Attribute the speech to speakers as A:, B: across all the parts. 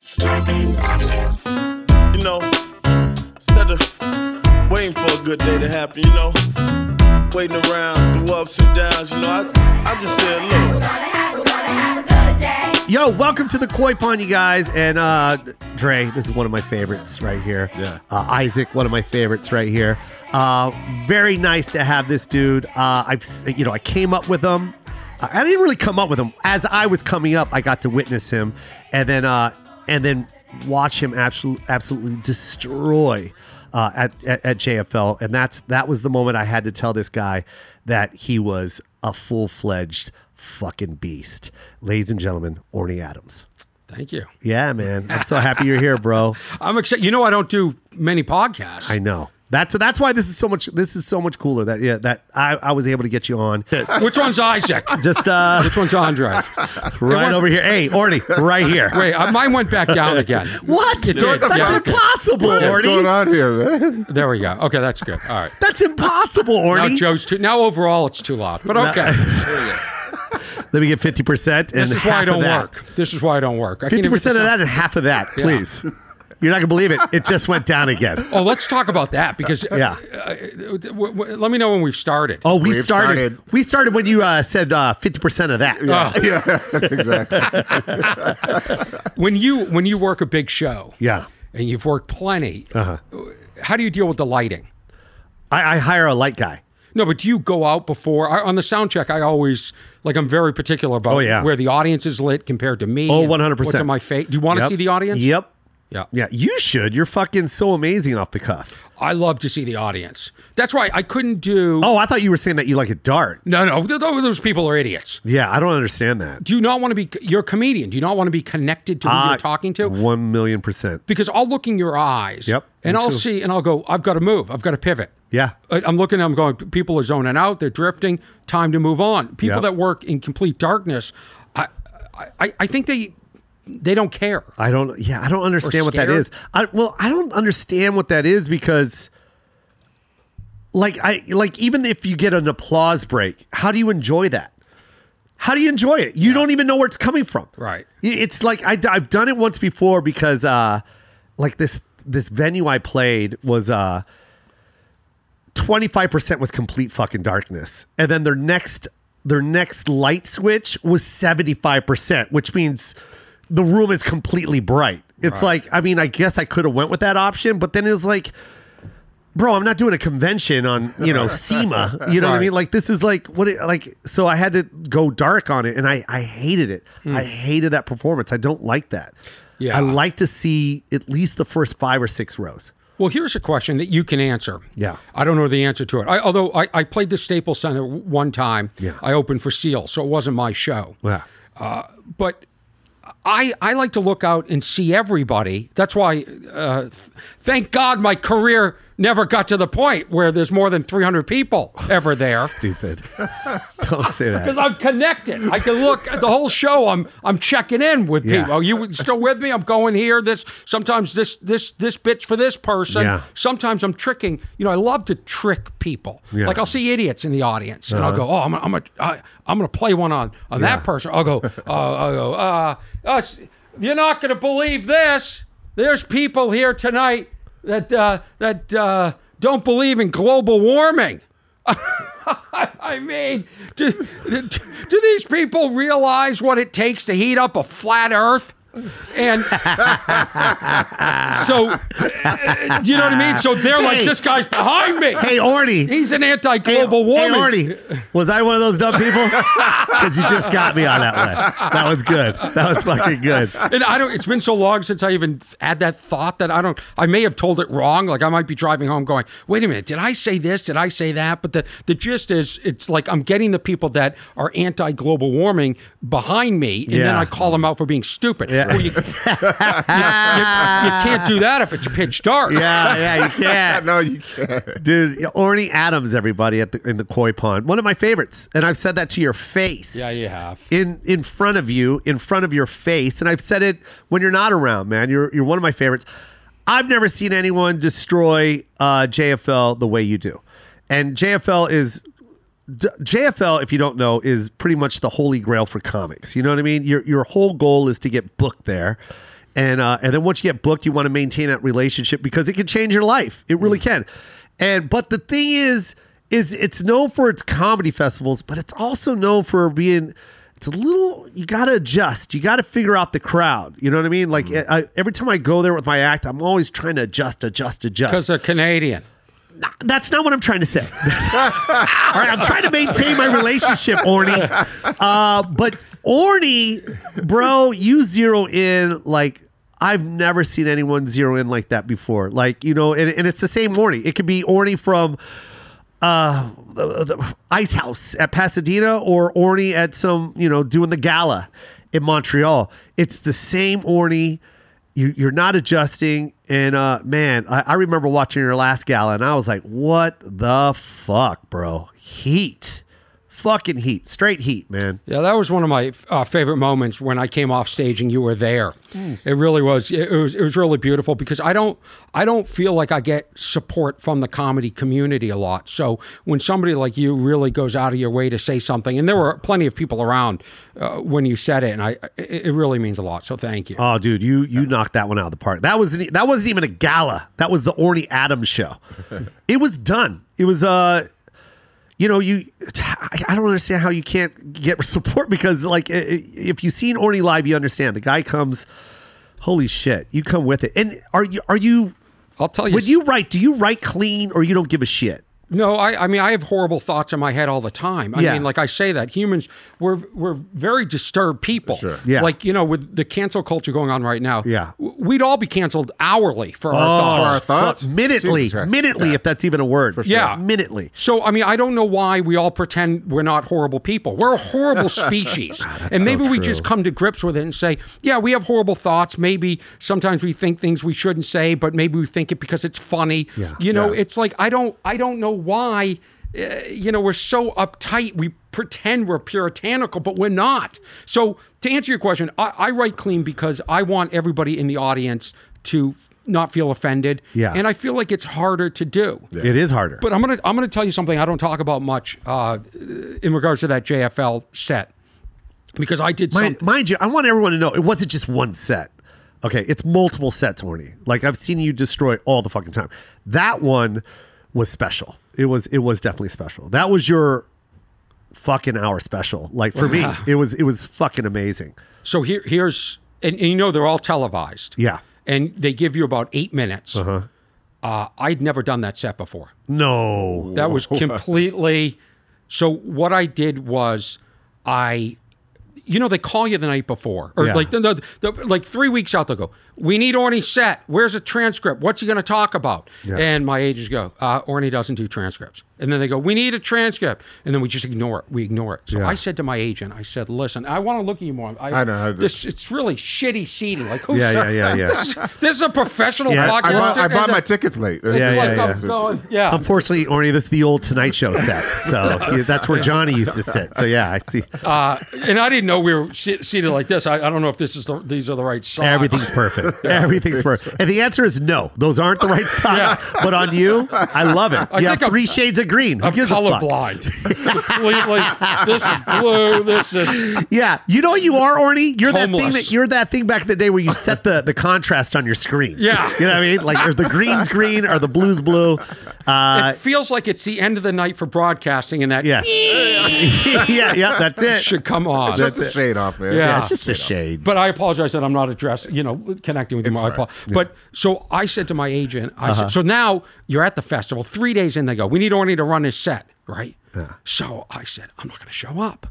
A: Scarpins Audio.
B: You know, instead of waiting for a good day to happen, you know, waiting around through ups and downs, you know, I, I just said, look,
C: Yo, welcome to the Koi Pond, you guys. And uh Dre, this is one of my favorites right here.
B: Yeah.
C: Uh, Isaac, one of my favorites right here. Uh, very nice to have this dude. Uh, I've, s- you know, I came up with him. Uh, I didn't really come up with him. As I was coming up, I got to witness him, and then, uh, and then watch him absolutely, absolutely destroy uh, at, at at JFL. And that's that was the moment I had to tell this guy that he was a full fledged fucking beast, ladies and gentlemen. Orny Adams.
D: Thank you.
C: Yeah, man. I'm so happy you're here, bro.
D: I'm excited. You know, I don't do many podcasts.
C: I know. That's that's why this is so much this is so much cooler that yeah, that I, I was able to get you on.
D: Which one's Isaac?
C: Just uh
D: Which one's Andre?
C: right over here. Hey, Orny, right here.
D: Wait, uh, mine went back down again.
C: What?
D: did.
C: That's
D: Yeah.
C: impossible,
E: What's going
C: Orny.
E: on here, man?
D: There we go. Okay, that's good. All right.
C: That's impossible,
D: Now
C: Orny.
D: Joe's too. Now overall, it's too loud. But okay,
C: Let me get 50% and
D: this is
C: half
D: why I don't
C: of that.
D: work. This is why I don't work. I can't
C: Fifty
D: even
C: percent of
D: decide-
C: that and half of that, please. You're not gonna believe it. It just went down again.
D: Oh, let's talk about that because uh,
C: Yeah.
D: uh, w- w- let me know when we've started.
C: Oh, we
E: We've
C: started,
E: started.
C: We started when you uh, said fifty percent of that.
D: Oh,
E: yeah, exactly.
D: when you when you work a big show,
C: Yeah.
D: and you've worked plenty.
C: Uh-huh.
D: How do you deal with the lighting?
C: I, I hire a light guy.
D: No, but do you go out before I, on the sound check? I always like I'm very particular about
C: Oh, yeah.
D: where the audience is lit compared to me.
C: Oh,
D: and
C: 100%.
D: What's on my face? Do you want
C: Yep.
D: to see the audience?
C: Yep.
D: Yeah.
C: Yeah, you should. You're fucking so amazing off the cuff.
D: I love to see the audience. That's why I couldn't do.
C: Oh, I thought you were saying that you like a dart.
D: No, no, th- th- those people are idiots.
C: Yeah, I don't understand that.
D: Do you not want to be? You're a comedian. Do you not want to be connected to who
C: I-
D: you're talking to?
C: One million percent.
D: Because I'll look in your eyes.
C: Yep,
D: And
C: me
D: I'll
C: too.
D: see, and I'll go. I've got to move. I've got to pivot.
C: Yeah.
D: I- I'm looking, I'm going, people are zoning out, they're drifting, time to move on. People
C: Yep.
D: that work in complete darkness, I, I, I think they they don't care.
C: I don't. Yeah, I don't understand what that
D: scared?
C: is. I well, I don't understand what that is because, like, I like even if you get an applause break, how do you enjoy that? How do you enjoy it? You don't even know where it's coming from.
D: Right.
C: I- It's like I, have done it once before because, uh, like this this venue I played was uh. 25% was complete fucking darkness. And then their next their next light switch was 75%, which means the room is completely bright. It's like I mean, I guess I could have went with that option, but then it was like bro, I'm not doing a convention on, you know, SEMA. You know what I
D: Right.
C: mean? Like this is like what it, like so I had to go dark on it and I I hated it. I hated that performance. I don't like that.
D: Hmm. Yeah.
C: I like to see at least the first 5 or 6 rows.
D: Well, here's a question that you can answer.
C: Yeah.
D: I don't know the answer to it. I, although I, I played the Staples Center w- one time.
C: Yeah.
D: I opened for Seal, so it wasn't my show.
C: Yeah.
D: But I, I like to look out and see everybody. That's why, uh, th- thank God my career never got to the point where there's more than 300 people ever there.
C: Stupid. don't say that.
D: because I'm connected. I can look at the whole show. I'm I'm checking in with
C: Yeah.
D: people. Are you still with me? I'm going here. This sometimes this this this bitch for this person.
C: Yeah.
D: Sometimes I'm tricking. You know, I love to trick people.
C: Yeah.
D: Like I'll see idiots in the audience, and I'll go, "Oh, I'm I'm a, I, I'm going to play one on on that person." I'll go, uh, "I'll go, uh, uh, s- you're not going to believe this. There's people here tonight that uh, that uh, don't believe in global warming." I mean, do, do these people realize what it takes to heat up a flat earth? And so, uh, do you know what I mean? So they're like,
C: Hey.
D: this guy's behind me.
C: Hey, Orny.
D: He's an anti global warming.
C: Hey, Artie, was I one of those dumb people? Because you just got me on that one. That was good. That was fucking good.
D: And I don't, it's been so long since I even had that thought that I don't, I may have told it wrong. Like I might be driving home going, wait a minute, did I say this? Did I say that? But the, the gist is, it's like I'm getting the people that are anti global warming behind me, and then
C: Yeah.
D: I call them out for being stupid.
C: Yeah.
D: Well, you, you know, you- you can't do that if it's pitch dark.
C: Yeah, yeah, you can't.
E: no, you can't.
C: Dude, Orny Adams, everybody, at the, in the koi pond. One of my favorites. And I've said that to your face.
D: Yeah, you have.
C: In in front of you, in front of your face. And I've said it when you're not around, man. You're, you're one of my favorites. I've never seen anyone destroy uh, JFL the way you do. And JFL is D- JFL, if you don't know, is pretty much the holy grail for comics. You know what I mean? Your your whole goal is to get booked there, and uh, and then once you get booked, you want to maintain that relationship because it can change your life. It really can. And but the thing is, is it's known for its comedy festivals, but it's also known for being. It's a little. You got to adjust. You got to figure out the crowd. You know what I mean? Like I, every time I go there with my act, I'm always trying to adjust, adjust,
D: because
C: adjust.
D: they're Canadian.
C: Nah, That's not what I'm trying to say. All right, I'm trying to maintain my relationship, Orny. Uh, but Orny, bro, you zero in like I've never seen anyone zero in like that before. Like you know, and, and it's the same Orny. It could be Orny from uh, the, the Ice House at Pasadena or Orny at some you know doing the gala in Montreal. It's the same Orny. You, you're not adjusting, and uh, man, I, I remember watching your last gala, and I was like, "What the fuck, bro? Heat, fucking heat, straight heat, man."
D: Yeah, that was one of my uh, favorite moments when I came off stage and you were there. It really was. It, it was. It was really beautiful because I don't. I don't feel like I get support from the comedy community a lot. So when somebody like you really goes out of your way to say something, and there were plenty of people around uh, when you said it, and I, it, it really means a lot. So thank you.
C: Oh, dude, you you knocked that one out of the park. That was that wasn't even a gala. That was the Orny Adams show. it was done. It was uh, you know, you I I don't understand how you can't get support because like i- i- if you've seen Orny live, you understand the guy comes. Holy shit, you come with it. And are you are you
D: I'll tell you.
C: when you write? Do you write clean or you don't give a shit?
D: No, I, I mean I have horrible thoughts in my head all the time. I
C: Yeah.
D: mean, like I say that humans we're we're very disturbed people. Sure.
C: Yeah.
D: Like you know, with the cancel culture going on right now,
C: Yeah.
D: w- we'd all be canceled hourly for our
C: Oh,
D: thoughts.
E: our thoughts?
C: fuck, minutely,
E: Jesus.
C: minutely, if that's even a word. For
D: Yeah.
C: minutely.
D: So I mean, I don't know why we all pretend we're not horrible people. We're a
C: Ah,
D: horrible species, and maybe we just come to grips with it and say, yeah, we have horrible thoughts. Maybe sometimes we think things we shouldn't say, but maybe we think it because it's funny.
C: Yeah.
D: You know,
E: Yeah.
D: it's like I don't, I don't know why. Uh, you know, we're so uptight. We pretend we're puritanical, but we're not. So to answer your question, I, I write clean because I want everybody in the audience to not feel offended.
C: Yeah.
D: and I feel like it's harder to do.
C: It is harder.
D: But I'm gonna I'm gonna tell you something I don't talk about much uh, in regards to that JFL set because I did
C: Mind,
D: something.
C: mind you, I want everyone to know it wasn't just one set. Okay, it's multiple sets, Horny. Like I've seen you destroy all the fucking time. That one was special. It was it was definitely special. That was your fucking hour special. Like for me, it was it was fucking amazing.
D: So here here's and, and you know they're all televised.
C: Yeah.
D: and they give you about eight minutes. Uh-huh. I'd never done that set before.
C: No.
D: That was completely. So what I did was I, you know, they call you the night before, or
C: Yeah.
D: like the, the, the like three weeks out. They go, "We need Orny set. Where's a transcript? What's he going to talk about?" And my agents go, uh, "Orny doesn't do transcripts." And then they go, "We need a transcript," and then we just ignore it. We ignore it. So I said to my agent, "I said, listen, I want to look at you more. I,
E: I know, I do.
D: this. It's really shitty seating. Like, who's
C: Yeah, yeah, yeah, yeah.
D: This, this is a professional
C: Yeah, I
D: podcast.
E: I bought, I
D: and
E: bought
D: the-
E: my tickets late.
C: Yeah, yeah,
D: like, I'm
C: yeah.
D: going- yeah.
C: Unfortunately, Orny, this is the old Tonight Show set. So yeah, that's where Johnny used to sit. So yeah, I see.
D: Uh, and I didn't know we were se- seated like this. I, I don't know if this is the, these are the right sides.
C: Everything's perfect. Everything's perfect. And the answer is no. Those aren't the right sides. But on you, I love it. You have
D: think I'm-
C: 3 shades of green. Who
D: I'm
C: gives a fuck?
D: colorblind. Completely. This is blue. This is.
C: Yeah, you know what you are, Orny. You're that thing
D: Homeless.
C: that you're that thing back in the day where you set the the contrast on your screen.
D: Yeah.
C: you know what I mean. Like or the green's green or the blue's blue. Uh,
D: it feels like it's the end of the night for broadcasting, and that
C: yeah, yeah, yeah. That's it.
D: should come on.
E: That's the shade off, man.
D: Yeah.
C: Yeah, it's just a shade.
D: But I apologize that I'm not addressing, you know, connecting with you more. I apo- But so I said to my agent, I said, so now you're at the festival, three days in, they go, we need Orny to run his set, right? So I said, I'm not going to show up.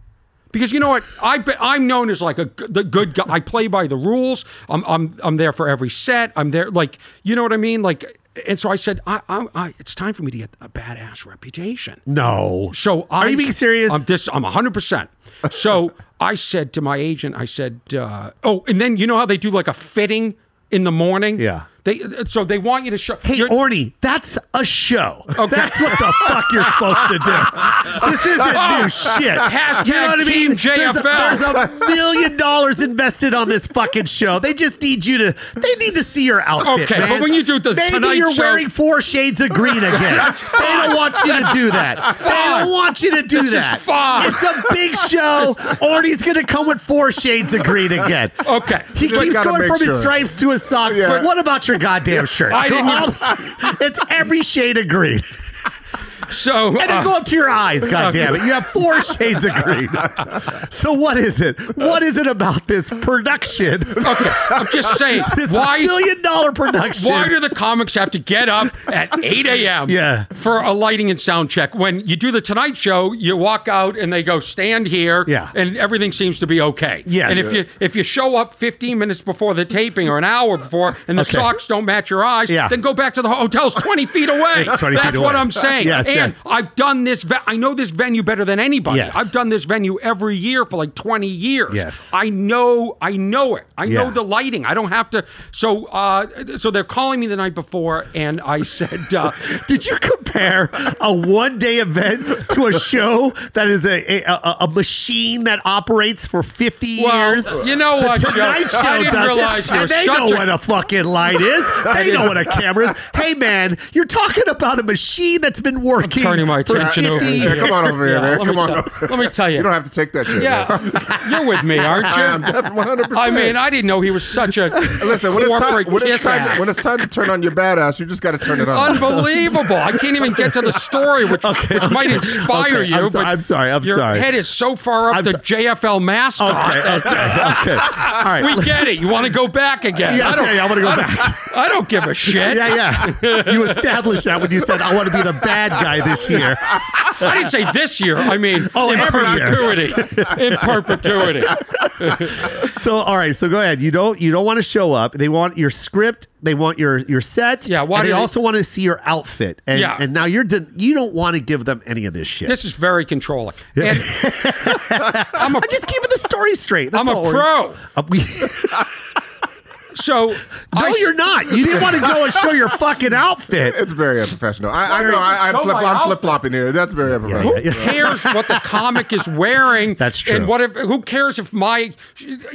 D: Because you know what, I be, I'm known as like a g- the good guy. I play by the rules. I'm I'm I'm there for every set. I'm there, like you know what I mean. Like, and so I said, I, I, I it's time for me to get a badass reputation.
C: no.
D: So
C: are
D: I,
C: you being serious?
D: I'm dis- I'm 100. percent So I said to my agent, I said, uh, "Oh, and then you know how they do like a fitting in the morning?
C: Yeah.
D: They so they want you to show.
C: Hey,
D: you're-
C: Orny, that's a show. That's what the fuck you're supposed to do. This isn't
D: Oh.
C: new shit.
D: Hashtag
C: you know what I
D: Team
C: mean? There's a,
D: JFL.
C: there's a million dollars invested on this fucking show. They just need you to. They need to see your outfit.
D: Okay, but
C: man.
D: when you do the
C: maybe
D: Tonight
C: you're
D: Show-
C: wearing four shades of green again. they don't want you to do that. They
D: fine.
C: don't want you to do
D: This is
C: that.
D: fine.
C: It's a big show. Orny's gonna come with four shades of green again.
D: okay.
C: He
E: just
C: keeps
E: gotta
C: going
E: make
C: from
E: sure.
C: his stripes to his socks.
E: Yeah.
C: But what about your goddamn shirt?
D: I didn't-
C: All- it's every shade of green.
D: So
C: And it
D: uh,
C: go up to your eyes, goddamn it! You have four shades of green. So what is it? What is it about this production?
D: okay, uh, I'm just saying
C: It's a
D: why.
C: million dollar production.
D: Why do the comics have to get up at 8 a.m.
C: Yeah.
D: for a lighting and sound check? When you do the Tonight Show, you walk out and they go stand here,
C: Yeah.
D: and everything seems to be okay.
C: Yes.
D: and if you if you show up 15 minutes before the taping or an hour before, and the
C: Okay.
D: socks don't match your eyes,
C: Yeah.
D: then go back to the hotels 20 feet away.
C: It's 20 feet
D: That's what
C: away.
D: I'm saying.
C: Yes,
D: and
C: yes.
D: I've done this. Ve- I know this venue better than anybody.
C: Yes.
D: I've done this venue every year for like 20 years.
C: Yes.
D: I know. I know it. I know
C: Yeah.
D: the lighting. I don't have to. So, uh, so they're calling me the night before, and I said, uh,
C: Did you compare a one day event to a show that is a a, a, a machine that operates for 50
D: "Well,
C: years?
D: you know what? Joe?
C: Tonight Show
D: I didn't
C: does
D: realize
C: it.
D: you were
C: and they
D: such
C: know
D: a-
C: what a fucking light is. They know what a camera is. Hey, man, you're talking about a machine that's been working
D: turning my
C: for
D: attention
C: 50
D: over
E: Yeah,
C: years.
E: come on over here,
D: Yeah,
E: man.
D: let me
E: Come on.
D: tell-
E: over.
D: let me tell you.
E: You don't have to take that shit. man.
D: yeah, you're with me, aren't
E: I am
D: you?
E: definitely 100.
D: I mean, I didn't know he was such a
E: listen. When it's time,
D: corporate
E: when it's
D: kiss
E: time,
D: ass.
E: when it's time to turn on your badass, you just got to turn it on.
D: Unbelievable! I can't even get to the story, which which might inspire
C: okay,
D: you.
C: I'm so-
D: but
C: I'm sorry, I'm
D: your
C: sorry.
D: head is so far up
C: I'm
D: the
C: so-
D: JFL mascot.
C: Okay, okay, okay. All right.
D: We get it. You want to go back again?
C: yeah,
D: I
C: I
D: don't.
C: okay, I'm going to go back.
D: I don't give a shit.
C: Yeah, yeah. You established that when you said, I want to be the bad guy this year.
D: I didn't say this year. I mean,
C: Oh,
D: in
C: every year.
D: perpetuity. In perpetuity.
C: So all right, so go ahead. You don't you don't want to show up. They want your script. They want your your set.
D: Yeah, why
C: Why? And
D: do
C: they
D: they-
C: also want to see your outfit. And,
D: Yeah.
C: And now you're de- you don't want to give them any of this shit.
D: This is very controlling. And I'm a,
C: I'm just keeping the story straight. That's
D: I'm a
C: all.
D: pro.
C: Uh, we-
D: So
C: no,
D: I,
C: you're not. You didn't want to go and show your fucking outfit.
E: It's very unprofessional. I, I know. I,
D: Show
E: I'm, flip,
D: my
E: I'm
D: outfit.
E: flip flopping here. That's very unprofessional.
D: Who cares what the comic is wearing?
C: That's true.
D: And what if? Who cares if my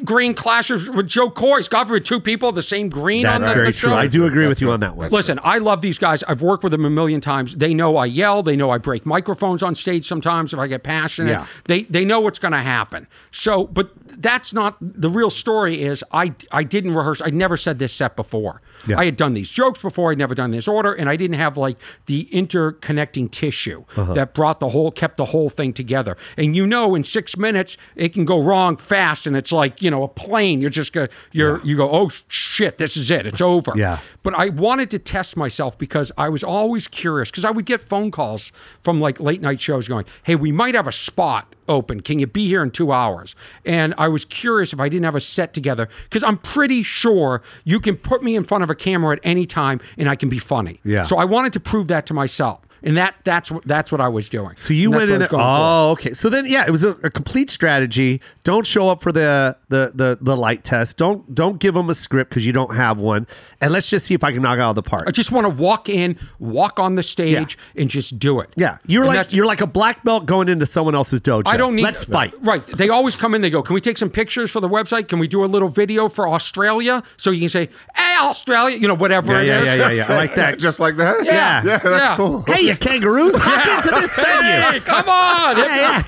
D: green clashes with Joe Coy's? God forbid, two people of the same green on
C: That's
D: the, the
C: very
D: show.
C: true. I do agree with you on that one.
D: Listen, I love these guys. I've worked with them a million times. They know I yell. They know I break microphones on stage sometimes if I get passionate.
C: Yeah.
D: They they know what's going to happen. So, but that's not the real story. Is I I didn't rehearse. I never said this set before.
C: Yeah.
D: I had done these jokes before. I'd never done this order, and I didn't have like the interconnecting tissue
C: Uh-huh.
D: that brought the whole kept the whole thing together. And you know, in six minutes, it can go wrong fast, and it's like you know a plane. You're just gonna you're you go oh shit, this is it. It's over
C: Yeah.
D: but I wanted to test myself because I was always curious because I would get phone calls from like late night shows going, "Hey, we might have a spot open. Can you be here in 2 hours?" And I was curious if I didn't have a set together because I'm pretty sure you can put me in front of a camera at any time and I can be funny.
C: Yeah.
D: So I wanted to prove that to myself. And that that's what that's what I was doing.
C: So you
D: And that's
C: went in.
D: what I was
C: there-
D: going for.
C: Oh, okay. So then, yeah, it was a, a complete strategy. Don't show up for the the the, the light test. Don't don't give them a script because you don't have one. And let's just see if I can knock it out of the park.
D: I just want to walk in, walk on the stage, and just do it.
C: Yeah, you're
D: And
C: like
D: that's-
C: you're like a black belt going into someone else's dojo.
D: I don't need.
C: Let's fight.
D: Right. They always come in. They go, "Can we take some pictures for the website? Can we do a little video for Australia?" So you can say, "Hey, Australia," you know, whatever
C: Yeah,
D: it
C: yeah,
D: is.
C: yeah, yeah, yeah. I like that.
E: Just like that.
C: Yeah.
E: Yeah. That's
D: Yeah.
E: cool.
C: hey, you kangaroos, hop into this venue.
D: Hey, come on! hey,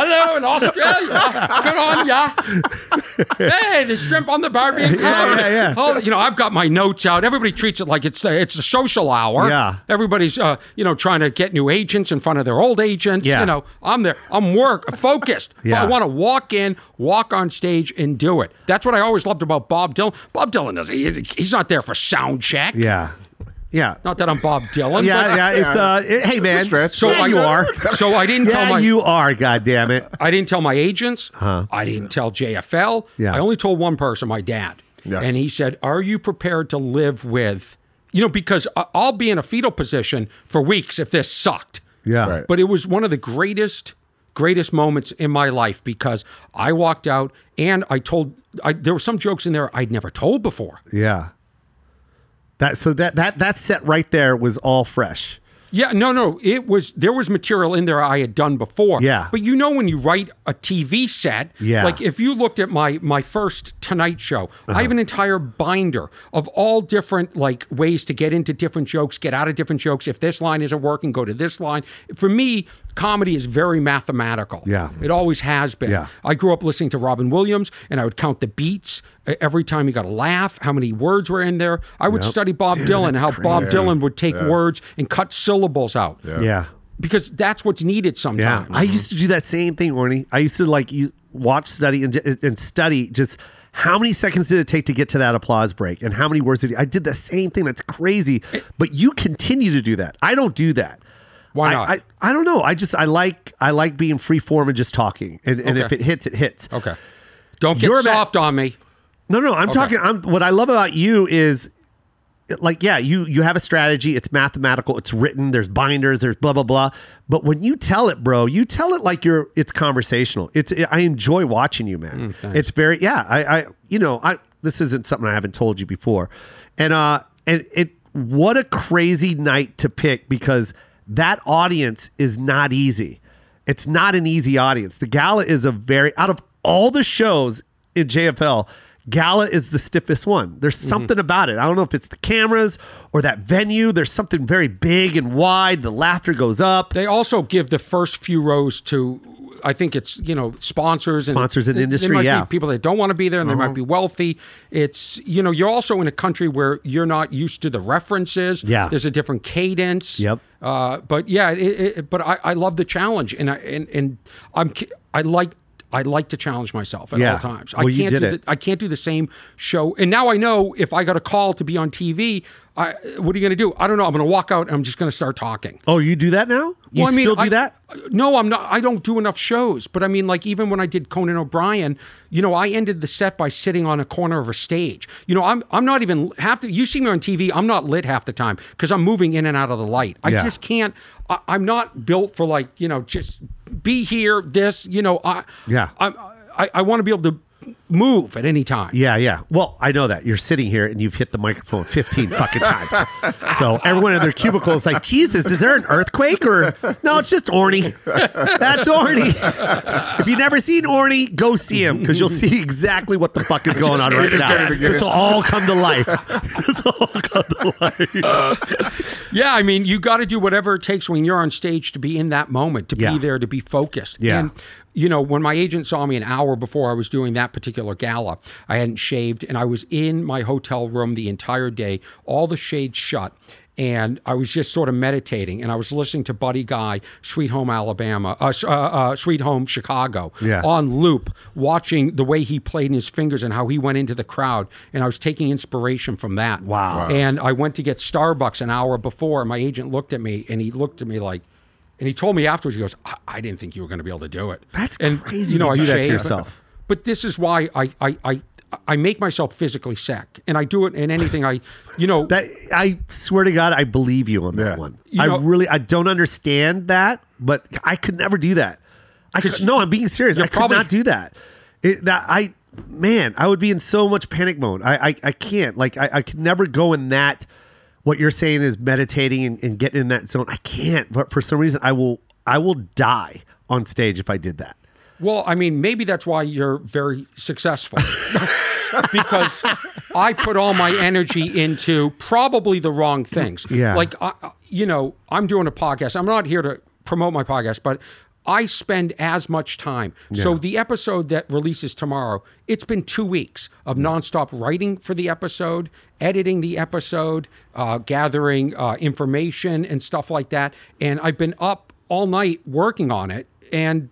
D: hello in Australia. Good on ya. Hey, the shrimp on the barbecue.
C: Yeah, yeah, yeah.
D: Oh, you know, I've got my notes out. Everybody treats it like it's a, it's a social hour.
C: Yeah.
D: Everybody's uh, you know trying to get new agents in front of their old agents.
C: Yeah.
D: You know, I'm there. I'm work focused. But
C: Yeah.
D: I want to walk in, walk on stage, and do it. That's what I always loved about Bob Dylan. Bob Dylan doesn't. he- He's not there for sound check.
C: Yeah, yeah,
D: Not that I'm Bob Dylan.
C: yeah,
D: but-
C: yeah. It's uh, it- hey man,
E: stretch.
C: So
E: So
C: yeah,
E: like
C: you
E: that.
C: are.
D: So I didn't tell
C: Yeah,
D: my
C: you are. God damn it.
D: I didn't tell my agents. I didn't tell JFL.
C: Uh-huh. Yeah.
D: I only told one person, my dad.
E: Yeah.
D: And he said, Are you prepared to live with, you know, because I- I'll be in a fetal position for weeks if this sucked.
C: Yeah.
E: Right.
D: But it was one of the greatest, greatest moments in my life because I walked out and I told, I, there were some jokes in there I'd never told before.
C: Yeah. That so that that that set right there was all fresh.
D: Yeah, no, no. It was there was material in there I had done before.
C: Yeah.
D: But you know when you write a TV set,
C: Yeah.
D: like if you looked at my my first Tonight Show, I
C: Uh-huh.
D: have an entire binder of all different like ways to get into different jokes, get out of different jokes. If this line isn't working, go to this line. For me, comedy is very mathematical.
C: Yeah.
D: It always has been.
C: Yeah.
D: I grew up listening to Robin Williams and I would count the beats uh, every time he got a laugh, how many words were in there. I would study Bob Dylan, how Bob Dylan would take words and cut syllables out
C: Yeah.
D: because that's what's needed
C: Yeah,
D: sometimes.
C: I used to do that same thing, Orny. I used to like you watch, study, and, and study just how many seconds did it take to get to that applause break, and how many words did you, I did the same thing. That's crazy, but you continue to do that. I don't do that.
D: Why
C: I-
D: not?
C: I, I, don't know. I just I like I like being free form and just talking, and, and
D: Okay.
C: if it hits, it hits.
D: okay. Don't get
C: You're a ma-
D: soft on me.
C: No, no, I'm talking. I'm what I love about you is, like, yeah, you you have a strategy. It's mathematical. It's written. There's binders. There's blah blah blah. But when you tell it, bro, you tell it like you're. It's conversational. It's. I enjoy watching you, man. it's very. Yeah, I. I. You know. I. This isn't something I haven't told you before, and uh, and it. What a crazy night to pick because that audience is not easy. It's not an easy audience. The gala is a very out of all the shows in JFL, gala is the stiffest one. There's
D: Mm-hmm.
C: something about it. I don't know if it's the cameras or that venue. There's something very big and wide. The laughter goes up.
D: They also give the first few rows to I think it's you know sponsors and
C: Sponsors in
D: they- they
C: industry,
D: might be
C: yeah. Uh-huh.
D: people that don't want to be there and they might be wealthy. It's you know you're also in a country where you're not used to the references.
C: Yeah.
D: there's a different cadence.
C: Yep.
D: Uh, but yeah, it, it, but I, I love the challenge and I and, and I'm ki- I like. I like to challenge myself at
C: Yeah.
D: all times.
C: Well,
D: I
C: you
D: can't
C: did
D: do
C: it.
D: The, I can't do the same show. And now I know if I got a call to be on TV, I what are you going to do? I don't know. I'm going to walk out and I'm just going to start talking.
C: Oh, you do that now? You
D: Well,
C: still do
D: I,
C: that?
D: No, I'm not. I don't do enough shows. But I mean, like even when I did Conan O'Brien, you know, I ended the set by sitting on a corner of a stage. You know, I'm I'm not even half the. You see me on TV, I'm not lit half the time because I'm moving in and out of the light. I
C: Yeah.
D: just can't. I, I'm not built for like you know just be here. This you know I
C: Yeah.
D: I'm- I I want to be able to move at any time.
C: Yeah, yeah. Well, I know that. You're sitting here and you've hit the microphone 15 fucking times. So everyone in their cubicle is like, Jesus, is there an earthquake? Or no, it's just Orny. That's Orny. If you've never seen Orny, go see him because you'll see exactly what the fuck is going on right
E: just
C: now.
E: get it again.
C: This will all come to life. This will all come to life.
D: Yeah, I mean, you got to do whatever it takes when you're on stage to be in that moment, to
C: Yeah.
D: be there, to be focused.
C: Yeah.
D: And, you know, when my agent saw me an hour before I was doing that particular gala, I hadn't shaved and I was in my hotel room the entire day, all the shades shut. And I was just sort of meditating, and I was listening to Buddy Guy, "Sweet Home Alabama," uh, uh, uh, "Sweet Home Chicago,"
C: Yeah.
D: on loop, watching the way he played in his fingers and how he went into the crowd, and I was taking inspiration from that.
C: Wow. Wow.
D: And I went to get Starbucks an hour before. and My agent looked at me and he looked at me like, and he told me afterwards, he goes, I, I didn't think you were going to be able to do it.
C: That's
D: and,
C: crazy to do that to
D: shaved.
C: yourself.
D: But this is why I, I, I, I make myself physically sick and I do it in anything I, you know,
C: That I swear to God, I believe you on that
E: Yeah.
C: one.
D: You
C: I
D: know-
C: really, I don't understand that, but I could never do that. I could, no, I'm being serious. I could
D: probably-
C: not do that. It, that I, man, I would be in so much panic mode. I, I, I can't. Like, I, I could never go in that. What you're saying is meditating and, and getting in that zone. I can't. But for some reason, I will, I will die on stage if I did that.
D: Well, I mean, maybe that's why you're very successful. because I put all my energy into probably the wrong things.
C: Yeah.
D: Like, I, I- you know, I'm doing a podcast. I'm not here to promote my podcast, but I spend as much time. So the episode that releases tomorrow, it's been two weeks of nonstop writing for the episode, editing the episode, uh, gathering uh, information and stuff like that. And I've been up all night working on it and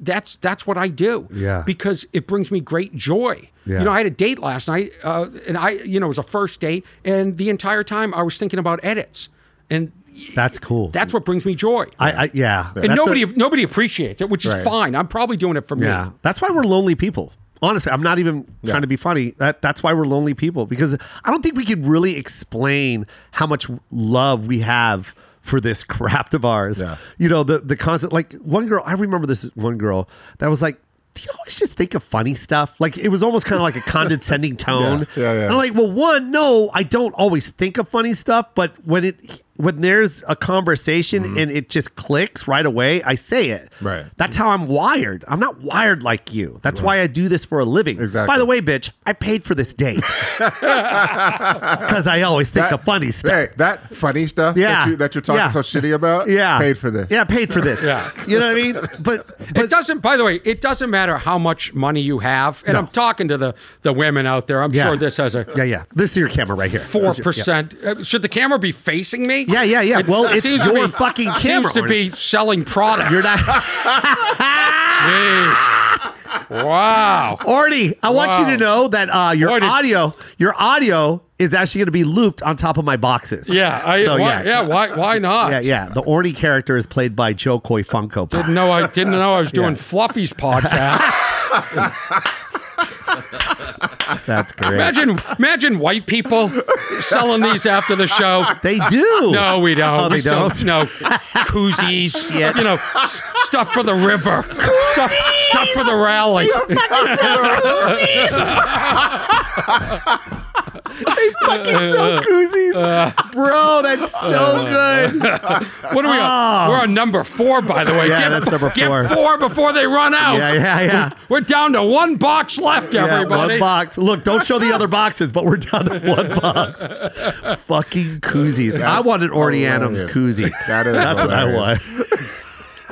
D: that's that's what I do.
C: Yeah.
D: Because it brings me great joy.
C: Yeah.
D: You know, I had a date last night, uh, and I, you know, it was a first date, and the entire time I was thinking about edits, and
C: That's cool.
D: that's what brings me joy.
C: I, I yeah.
D: and
C: That's a-
D: nobody nobody appreciates it, which is fine. I'm probably doing it for
C: Yeah,
D: me.
C: that's why we're lonely people. Honestly, I'm not even trying to be funny. That that's why we're lonely people because I don't think we could really explain how much love we have for this craft of ours.
E: Yeah.
C: You know, the the constant like one girl. I remember this one girl that was like, do you always just think of funny stuff? Like it was almost kind of like a condescending tone.
E: yeah, yeah.
C: And I'm like, well, one, no, I don't always think of funny stuff, but when it when there's a conversation and it just clicks right away, I say it.
E: Mm-hmm. Right.
C: That's how I'm wired. I'm not wired like you. That's why I do this for a living.
E: Exactly.
C: By the way, bitch, I paid for this date because I always think of funny stuff.
E: Hey, that funny stuff
C: Yeah.
E: that, you, that you're talking
C: Yeah.
E: so shitty about,
C: Yeah.
E: paid for this.
C: Yeah, paid for this.
D: Yeah.
C: You know what I mean? But but
D: it doesn't. By the way, it doesn't matter how much money you have. And I'm talking to the the women out there. I'm
C: Yeah.
D: sure this has a
C: yeah, yeah. This is your camera right here.
D: four percent. Uh, Should the camera be facing me?
C: Yeah, yeah, yeah. Well, it's
D: seems to
C: your
D: be-
C: fucking camera.
D: Seems to be selling product.
C: You're not
D: Jeez. Wow.
C: Artie. I want you
D: Wow.
C: to know that uh, your
D: Artie.
C: audio, your audio is actually going to be looped on top of my boxes.
D: Yeah. I,
C: So,
D: why, yeah.
C: yeah.
D: Why? Why not?
C: Yeah, yeah. The Orny character is played by Joe Coy Funko.
D: Didn't know I didn't know I was doing
C: Yeah.
D: Fluffy's podcast.
C: That's great.
D: Imagine, imagine white people selling these after the show.
C: They do.
D: No, we don't.
C: Oh,
D: we
C: they
D: sell-
C: don't?
D: No, koozies.
C: Yeah.
D: You know, s- stuff for the river. Stuff, stuff for the rally.
C: They fucking sell koozies, bro. That's so
D: Uh,
C: good.
D: What are we on? We're on number four, by the way.
C: Oh. Yeah, that's number four.
D: Get four before they run out.
C: Yeah, yeah, yeah.
D: We're down to one box left,
C: Yeah,
D: everybody.
C: one box. Look, don't show the other boxes, but we're down to one box. Fucking koozies. I want an Orny Adams koozie.
E: That is
C: That's what I
E: hilarious.
C: want.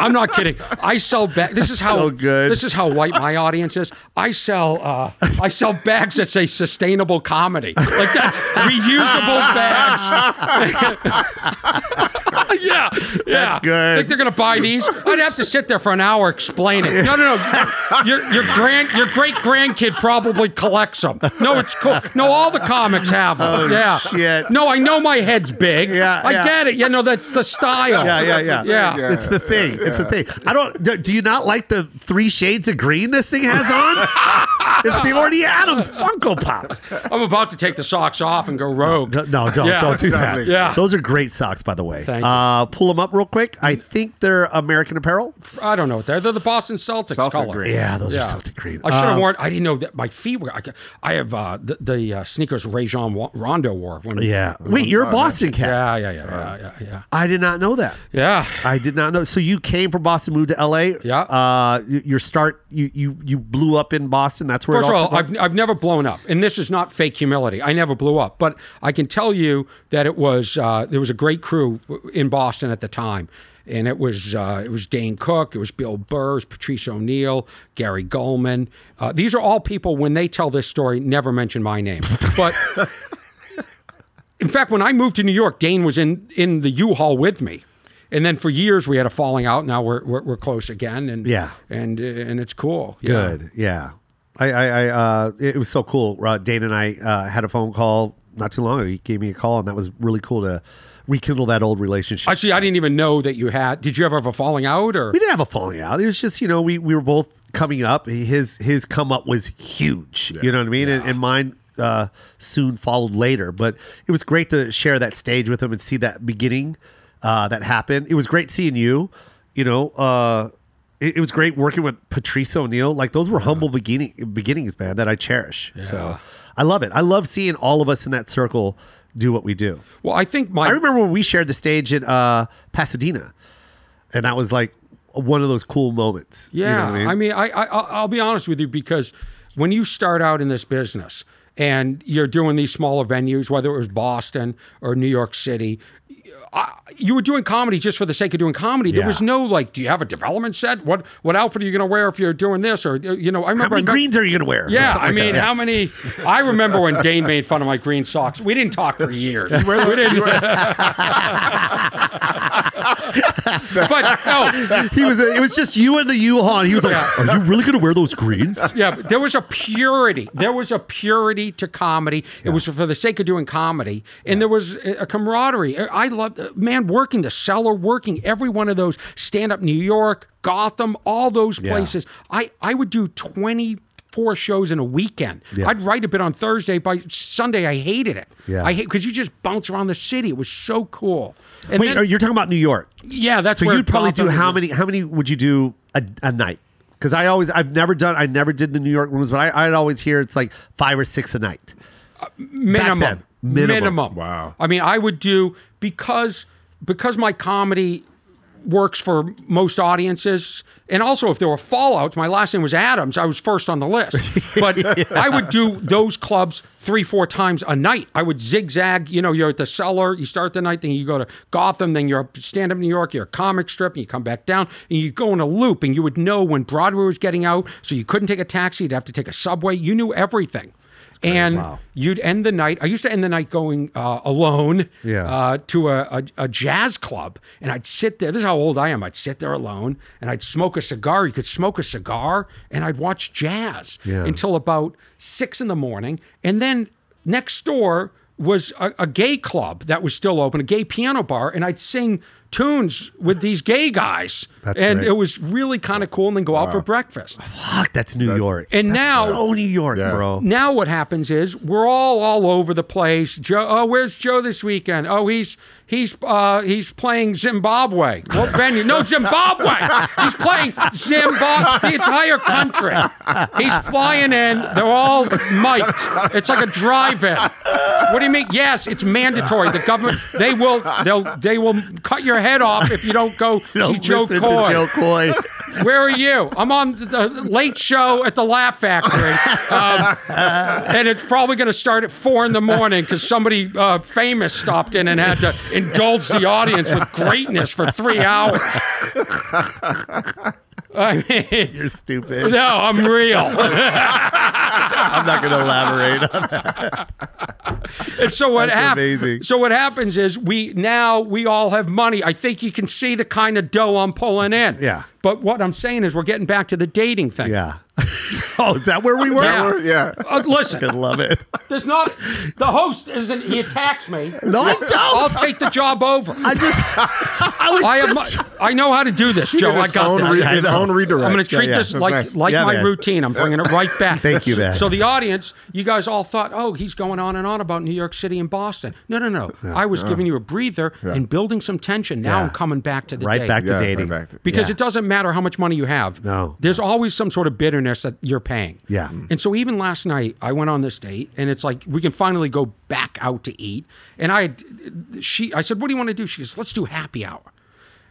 D: I'm not kidding. I sell bags. This is how
C: so good.
D: This is how white my audience is. I sell uh, I sell bags that say sustainable comedy. Like that's reusable bags. yeah, yeah.
C: good.
D: Think they're gonna buy these? I'd have to sit there for an hour explaining. No, no, no. Your your grand your great grandkid probably collects them. No, it's cool. No, all the comics have them. yeah.
C: Oh, shit.
D: No, I know my head's big.
C: Yeah,
D: I
C: yeah.
D: get it. Yeah, no, that's the style.
C: Yeah, yeah, yeah.
D: Yeah.
E: Yeah.
C: It's the thing. It's the thing. I don't. do- Do you not like the three shades of green this thing has on? it's the Orny Adams Funko Pop.
D: I'm about to take the socks off and go rogue.
C: No, no, don't
D: Yeah.
C: don't do that.
E: Exactly.
D: Yeah.
C: Those are great socks, by the way.
D: Thank you.
C: uh, pull them up real quick. I think they're American Apparel.
D: I don't know what they're. They're the Boston Celtics
E: Celtic
D: color.
E: green. Um,
C: Yeah, those are
D: Yeah.
C: Celtic green.
D: I should have
C: Uh,
D: worn. I didn't know that my feet were. I, ca- I have uh, the, the uh, sneakers Rajon Wa- Rondo wore. When,
C: yeah. Wait, you're a Boston cat.
D: Yeah, yeah, yeah, yeah, yeah, yeah.
C: I did not know that.
D: Yeah.
C: I did not know. So you came from Boston, moved to LA.
D: Yeah.
C: Uh, y- your start, you you you blew up in Boston. That's where.
D: First
C: it
D: of
C: all
D: all,
C: took
D: I've, I've never blown up, and this is not fake humility. I never blew up, but I can tell you that it was uh, there was a great crew in Boston at the time, and it was uh, it was Dane Cook, it was Bill Burr, it was Patrice O'Neill, Gary Goldman. Uh, these are all people when they tell this story never mention my name, but. In fact, when I moved to New York, Dane was in in the U-Haul with me, and then for years we had a falling out. Now we're we're, we're close again, and
C: Yeah.
D: and and it's cool. Yeah.
C: Good. Yeah. I, I, I uh, it it was so cool. Uh, Dane and I uh, had a phone call not too long ago. He gave me a call, and that was really cool to rekindle that old relationship.
D: Actually, I didn't even know that you had. Did you ever have a falling out or?
C: we didn't have a falling out. It was just you know we we were both coming up. His his come up was huge. You know what I mean? And, and mine. Uh, soon followed later, but it was great to share that stage with him and see that beginning uh, that happened. It was great seeing you. You know, uh, it, it was great working with Patrice O'Neill. Like those were humble beginning beginnings, man, that I cherish. So I love it. I love seeing all of us in that circle do what we do.
D: Well, I think my
C: I remember when we shared the stage in uh, Pasadena, and that was like one of those cool moments. You know
D: yeah.
C: what
D: I mean, I, I I'll- I'll be honest with you because when you start out in this business and you're doing these smaller venues, whether it was Boston or New York City. I, you were doing comedy just for the sake of doing comedy. There
C: Yeah.
D: was no like, do you have a development set? What what outfit are you going to wear if you're doing this? Or you know, I
C: How
D: remember
C: many
D: I met-
C: greens are you gonna wear?
D: Yeah, I mean,
C: Yeah.
D: how many? I remember when Dane made fun of my green socks. We didn't talk for years. we didn't. but no,
C: he was. it was just you and the U-Haul. and He was like,
D: Yeah.
C: "Are you really gonna wear those greens?"
D: yeah, but there was a purity. There was a purity to comedy. It was for the sake of doing comedy, and there was a a camaraderie. I loved, man, working the cellar, working every one of those stand up New York, Gotham, all those places. I I would do twenty four shows in a weekend. I'd write a bit on Thursday. By Sunday, I hated it.
C: Yeah.
D: I hate because you just bounce around the city. It was so cool. And
C: Wait,
D: then-
C: are- you're talking about New York.
D: yeah, that's
C: So
D: where
C: you'd probably do
D: Gotham-
C: how many? How many would you do a, a night? Because I always, I've never done, I never did the New York rooms, but I, I'd always hear it's like five or six a night.
D: minimum,
C: then, minimum.
E: Wow.
D: I mean, I would do because because my comedy works for most audiences, and also if there were fallouts, my last name was Adams. I was first on the list, but I would do those clubs three, four times a night. I would zigzag. You know, you're at the cellar, you start the night, then you go to Gotham, then you're up stand up New York, you're a comic strip, and you come back down, and you go in a loop, and you would know when Broadway was getting out, so you couldn't take a taxi, you'd have to take a subway. You knew everything and you'd end the night. I used to end the night going uh, alone
C: Yeah.
D: uh, to a, a, a jazz club, and I'd sit there. This is how old I am. I'd sit there alone, and I'd smoke a cigar. You could smoke a cigar, and I'd watch jazz
C: Yeah.
D: until about six in the morning, and then next door was a, a gay club that was still open, a gay piano bar, and I'd sing tunes with these gay guys,
C: That's
D: and
C: great.
D: it was really kind of cool. And then go out for breakfast,
C: Fuck, that's New York.
D: and now
C: so New York,
E: Yeah.
C: bro.
D: now what happens is we're all all over the place. Joe, oh, where's Joe this weekend? Oh, he's he's uh, he's playing Zimbabwe. What venue? No, Zimbabwe. He's playing Zimbabwe. The entire country. He's flying in. They're all mic'd. It's like a drive-in. What do you mean? Yes, it's mandatory. The government they will they'll they will cut your head off if you don't go see
C: Don't
D: Joe
C: listen
D: Coy.
C: to Joe Coy.
D: Where are you? I'm on the, the late show at the Laugh Factory, um, and it's probably going to start at four in the morning because somebody uh, famous stopped in and had to indulge the audience with greatness for three hours. I mean,
C: You're stupid.
D: no, I'm real.
C: I'm not going to elaborate on
D: And so what
C: That's
D: happens?
C: amazing.
D: So what happens is we now we all have money. I think you can see the kind of dough I'm pulling in.
C: Yeah.
D: But what I'm saying is we're getting back to the dating thing.
C: Yeah. oh, is that where we were?
D: Yeah.
E: Yeah.
D: Uh, listen,
C: I love it.
D: There's not the host isn't he attacks me.
C: No, I
D: I'll
C: don't.
D: take the job over.
C: I just, I was
D: I have
C: just,
D: my, I know how to do this, Joe.
E: His
D: Oh, I got
E: own
D: this.
E: re- his own redirect.
D: I'm going to treat
C: yeah.
D: this
E: That's
D: like
E: nice.
D: like
C: Yeah,
D: my
C: man.
D: routine. I'm bringing it right back.
C: Thank you, man.
D: So the audience, you guys all thought, oh, he's going on and on about New York City and Boston. No, no, no. I was giving you a breather and building some tension. Now
C: Yeah.
D: I'm coming back to the
C: right
D: day.
C: back to
E: Yeah, right
C: dating.
E: back to-
D: because
C: Yeah.
D: it doesn't matter how much money you have.
C: No.
D: There's always some sort of bitterness that you're paying.
C: Yeah. Mm.
D: And so even last night, I went on this date, and it's like we can finally go back out to eat. And I, she, I said, "What do you want to do?" She goes, "Let's do happy hour."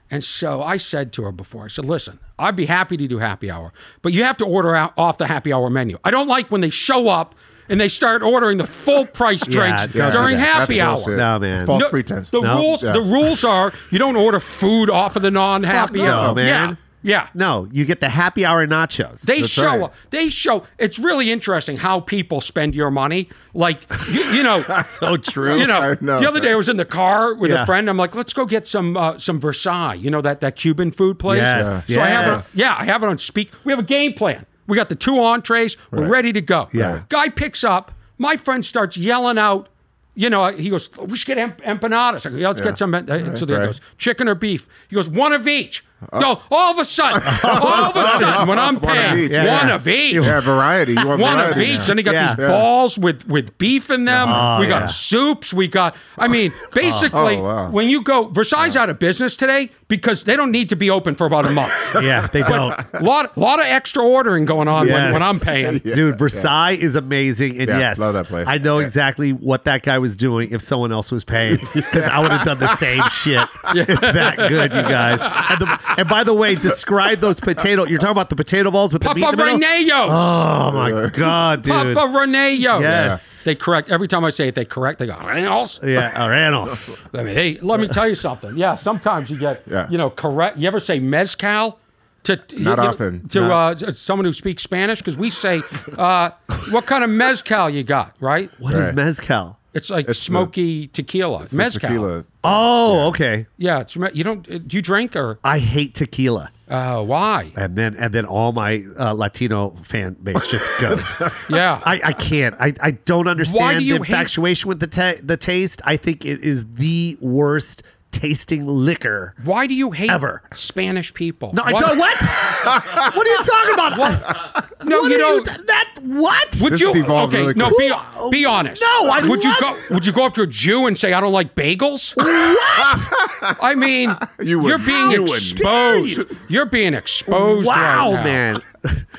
D: And so I said to her before, I said, "Listen, I'd be happy to do happy hour, but you have to order out off the happy hour menu. I don't like when they show up and they start ordering the full price drinks
C: don't do
D: during
C: that.
D: happy
E: That's
D: hour."
E: bullshit.
C: No, man.
E: It's false
D: No,
E: pretense.
D: The
C: No.
D: rules.
E: Yeah.
D: The rules are you don't order food off of the non-happy
C: Fuck no,
D: hour.
C: man.
D: Yeah. Yeah.
C: No, you get the happy hour nachos.
D: They
E: That's
D: show
E: right.
D: up. They show. It's really interesting how people spend your money. Like you, you know,
C: so
E: Oh,
C: true.
D: you know,
E: I know.
D: The other day I was in the car with a
C: Yeah.
D: friend. I'm like, let's go get some uh, some Versailles. You know that that Cuban food place.
C: Yes,
D: So I have it.
C: yes.
D: Yeah, I have it on speak. We have a game plan. We got the two entrees. We're ready to go.
C: Yeah.
D: Guy picks up. My friend starts yelling out. You know, he goes, we should get em- empanadas. I go, yeah, let's get some. em- uh, so there he
E: right. Uh.
D: goes, chicken or beef. He goes, one of each. no, all of a sudden, all of a sudden, when I'm
E: One of
D: paying,
E: each, yeah.
D: one of each.
E: Yeah, variety. You want
D: One of
E: variety
D: each.
E: now.
D: Then he got
C: Yeah. Yeah.
D: these
C: Oh,
D: balls with with beef in them. we got
C: yeah.
D: soups. We got. I mean, basically,
E: Oh, wow.
D: when you go, Versailles out of business today because they don't need to be open for about a month.
C: yeah, they don't.
D: lot lot of extra ordering going on when,
C: Yes.
D: when I'm paying.
C: Dude, Versailles is amazing, and
E: Yeah,
C: yes,
E: love that place.
C: I know
E: Yeah.
C: exactly what that guy was doing if someone else was paying, because I would have done the same shit. It's that good, you guys. And, the, and by the way, describe those potato. You're talking about the potato balls with the meat in
D: Papa
C: the middle?
D: Reneos.
C: Oh my god, dude!
D: Papa Reneos.
C: Yes.
D: They correct every time I say it. They correct. They go Reneos.
C: Yeah, Aranos.
D: I mean, hey, let me tell you something. Yeah, sometimes you get,
E: Yeah.
D: you know, correct. You ever say mezcal to you-
E: Not
D: you-
E: often.
D: to uh, to someone who speaks Spanish? Because we say, uh, "What kind of mezcal you got?" Right?
C: What is
E: Right.
C: mezcal?
D: It's like smoky tequila, mezcal.
E: Tequila.
C: Oh, okay.
D: Yeah, it's, me- you don't. Do you drink or
C: I hate tequila,
D: uh, why?
C: and then and then all my uh, Latino fan base just goes.
D: Yeah.
C: I, I can't. I, I don't understand
D: Why do you
C: the
D: hate-
C: infatuation with the ta- the taste. I think it is the worst tasting liquor.
D: why do you hate
C: Ever.
D: Spanish people?
C: No, I
D: Why-
C: don't. What? what are you talking about?
D: No,
C: What
D: you
C: are
D: know.
C: ta- that what?
D: Would
E: This
D: you
E: devolved
D: okay?
E: really
D: no,
E: quick.
D: be, be honest.
C: No, I
D: would you go?
C: love-
D: Would you go up to a Jew and say I don't like bagels? I mean,
E: You would-
D: are being
E: you would.
D: exposed. You're being exposed.
C: wow,
D: right now.
C: man.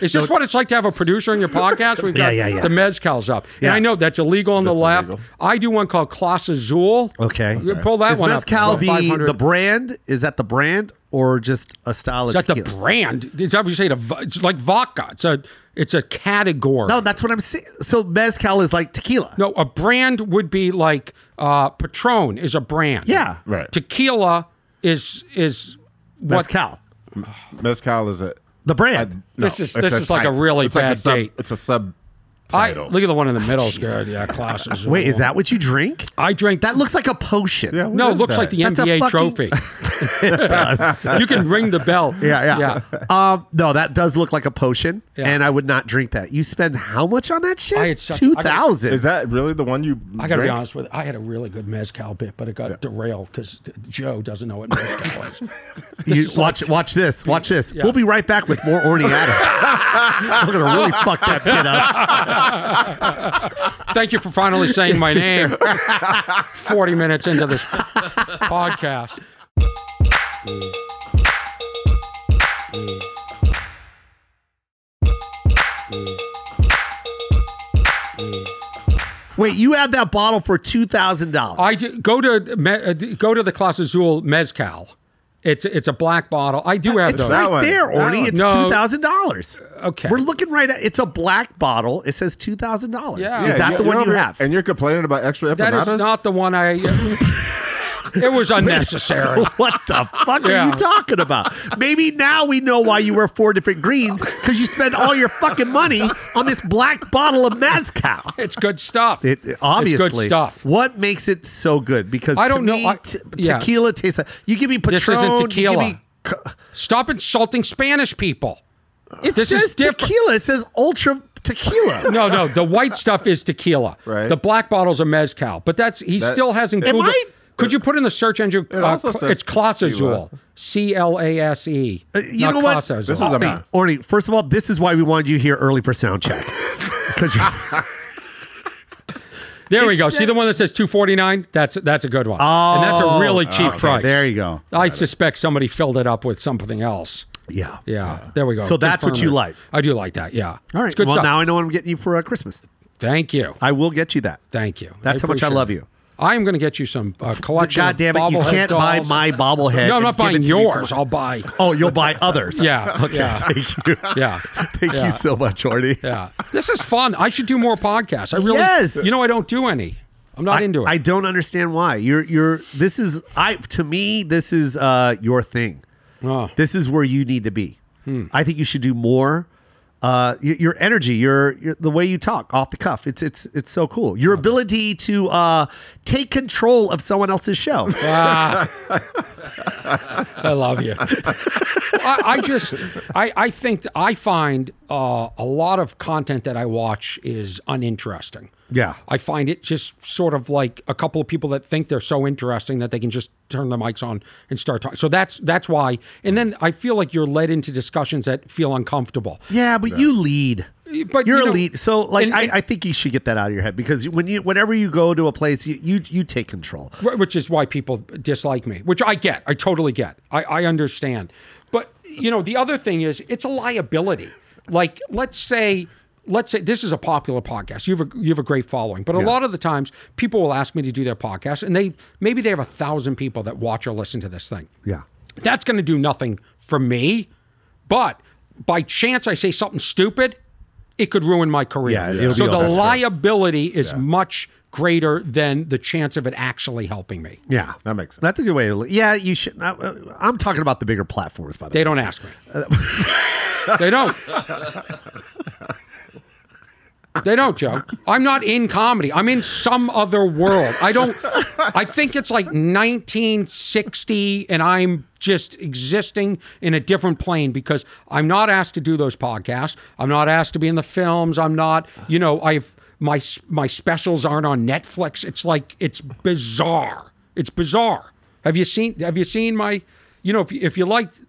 D: Is this what it's like to have a producer in your podcast? We've got
C: Yeah, yeah, yeah.
D: the mezcal's up. And
C: Yeah.
D: I know that's illegal on the left.
E: illegal.
D: I do one called Class Azul.
C: Okay.
D: You Pull that
C: is
D: one
C: Mezcal
D: up. It's about
C: the,
D: 500.
C: the brand? Is that the brand or just a style
D: Is
C: of
D: that the
C: tequila?
D: brand? Is that what you say? The vo- It's like vodka. It's a it's a category.
C: No, that's what I'm saying. So mezcal is like tequila.
D: No, a brand would be like uh, Patron is a brand.
C: Yeah.
E: Right.
D: Tequila is is what
C: Mezcal.
E: Mezcal is a.
C: The
E: a-
C: brand.
E: Uh, no,
D: This is-
E: it's
D: this is like a really
E: it's like
D: bad
E: sub-
D: date.
E: It's a sub.
D: I,
E: title.
D: look at the one in the middle. is good. Yeah, classes.
C: Oh, Wait, is that what you drink?
D: I drank
C: That looks like a potion.
E: Yeah, what
D: No, it
E: is
D: looks
E: that?
D: like the
C: That's a
D: NBA
C: fucking-
D: trophy.
C: it does.
D: you can ring the bell.
C: Yeah, yeah. Um, no, that does look like a potion,
D: Yeah.
C: and I would not drink that. You spend how much on that shit?
D: I had such- I
C: Two
D: got-
C: thousand.
E: Is that really the one you?
D: I gotta be
E: drink?
D: honest with you. I had a really good mezcal bit, but it got derailed because Joe doesn't know what mezcal is.
C: you watch, watch this, watch this.
D: yeah.
C: We'll be right back with more Orny Adams. We're gonna really fuck that kid up.
D: Thank you for finally saying my name. Forty minutes into this podcast.
C: Wait, you had that bottle for two thousand dollars.
D: I do- go to me, uh, go to the Class Azul mezcal. It's it's a black bottle. I do have
C: It's
D: those.
E: that
C: right
E: one.
C: there,
E: That
C: Orny.
E: one.
C: It's
D: No.
C: two thousand dollars.
D: Okay.
C: We're looking right at. It's a black bottle. It says two thousand dollars.
D: Yeah.
C: Is
D: Yeah,
C: that the one
E: over
C: you
E: here-
C: have?
E: And you're complaining about extra
D: That
E: empanadas?
D: is not the one I. uh, it was unnecessary.
C: What the fuck are
D: Yeah.
C: you talking about? Maybe now we know why you wear four different greens because you spend all your fucking money on this black bottle of mezcal.
D: It's good stuff.
C: It, it- obviously
D: it's good stuff.
C: What makes it so good? Because I don't know.
D: I- yeah.
C: Tequila tastes like you give me Patron.
D: This isn't tequila.
C: You give me, c-
D: Stop insulting Spanish people.
C: it
D: This
C: says
D: is different.
C: tequila. It says ultra tequila.
D: No, no, the white stuff is tequila.
E: Right.
D: The black bottle's a mezcal, but that's he
E: That-
D: still hasn't
C: Am
D: Googled.
C: I-
D: Could you put in the search engine? uh,
E: It also
D: cl-
E: says
D: it's Class
E: tequila.
D: Azul, C L A S E.
C: Uh, you know what?
E: This is a
C: Orny,
E: man.
C: Orny, first of all, this is why we wanted you here early for sound check. Because
D: There we
C: It
D: go.
C: said-
D: See the one that says two forty nine. That's that's a good one, and that's a really cheap price.
C: Oh, there you go.
D: I suspect somebody filled it up with something else.
C: yeah,
D: Yeah, there we go.
C: So that's what
D: Confirm
C: you
D: it.
C: like.
D: I do like that. Yeah.
C: All right.
D: It's good
C: well,
D: stuff.
C: now I know what I'm getting you for uh, Christmas.
D: Thank you.
C: I will get you that.
D: Thank you.
C: That's how much I
D: appreciate
C: love
D: it.
C: you.
D: I am going to get you some uh, collection.
C: God damn it!
D: of
C: You
D: bobblehead
C: can't buy
D: dolls.
C: my bobblehead.
D: No, I'm
C: and
D: not
C: give
D: buying
C: it to me.
D: yours. I'll buy.
C: Oh, you'll buy others.
D: Yeah. Yeah.
C: Thank you.
D: Yeah.
C: Thank
D: Yeah.
C: you so much, Orny.
D: Yeah. This is fun. I should do more podcasts. I really.
C: Yes.
D: You know, I don't do any. I'm not
C: I,
D: into it.
C: I don't understand why. You're you're this is I to me this is uh your thing.
D: Oh.
C: This is where you need to be.
D: Hmm.
C: I think you should do more. Uh, y- your energy, your, your the way you talk off the cuff, it's it's it's so cool. Your ability to uh, take control of someone else's show.
D: Ah. I love you. I, I just, I, I think, I find uh, a lot of content that I watch is uninteresting.
C: Yeah.
D: I find it just sort of like a couple of people that think they're so interesting that they can just turn their mics on and start talking. So that's that's why. And then I feel like you're led into discussions that feel uncomfortable.
C: Yeah, but you lead.
D: but,
C: you're
D: you know-
C: elite. So like
D: and-
C: I,
D: and-
C: I think you should get that out of your head because you- when you whenever you go to a place, you you, you take control.
D: Wh- which is why people dislike me, which I get. I totally get. I, I understand. But you know, the other thing is it's a liability. Like let's say let's say this is a popular podcast. You have a you have a great following. But a lot of the times people will ask me to do their podcast and they maybe they have a thousand people that watch or listen to this thing.
C: Yeah.
D: That's gonna do nothing for me. But by chance I say something stupid, it could ruin my career.
C: Yeah, it'll
D: so
C: be all
D: the
C: bad.
D: liability is much greater than the chance of it actually helping me.
C: Yeah,
E: That makes sense.
C: That's a good way to. look. Yeah, you should. I, I'm talking about the bigger platforms, by the
D: They
C: way.
D: don't ask me. they don't. They don't, Joe. I'm not in comedy. I'm in some other world. I don't. I think it's like 1960, and I'm just existing in a different plane because I'm not asked to do those podcasts. I'm not asked to be in the films. I'm not. You know, I've my s- my specials aren't on Netflix. It's like it's bizarre. It's bizarre. Have you seen? Have you seen my? You know, if you, if you liked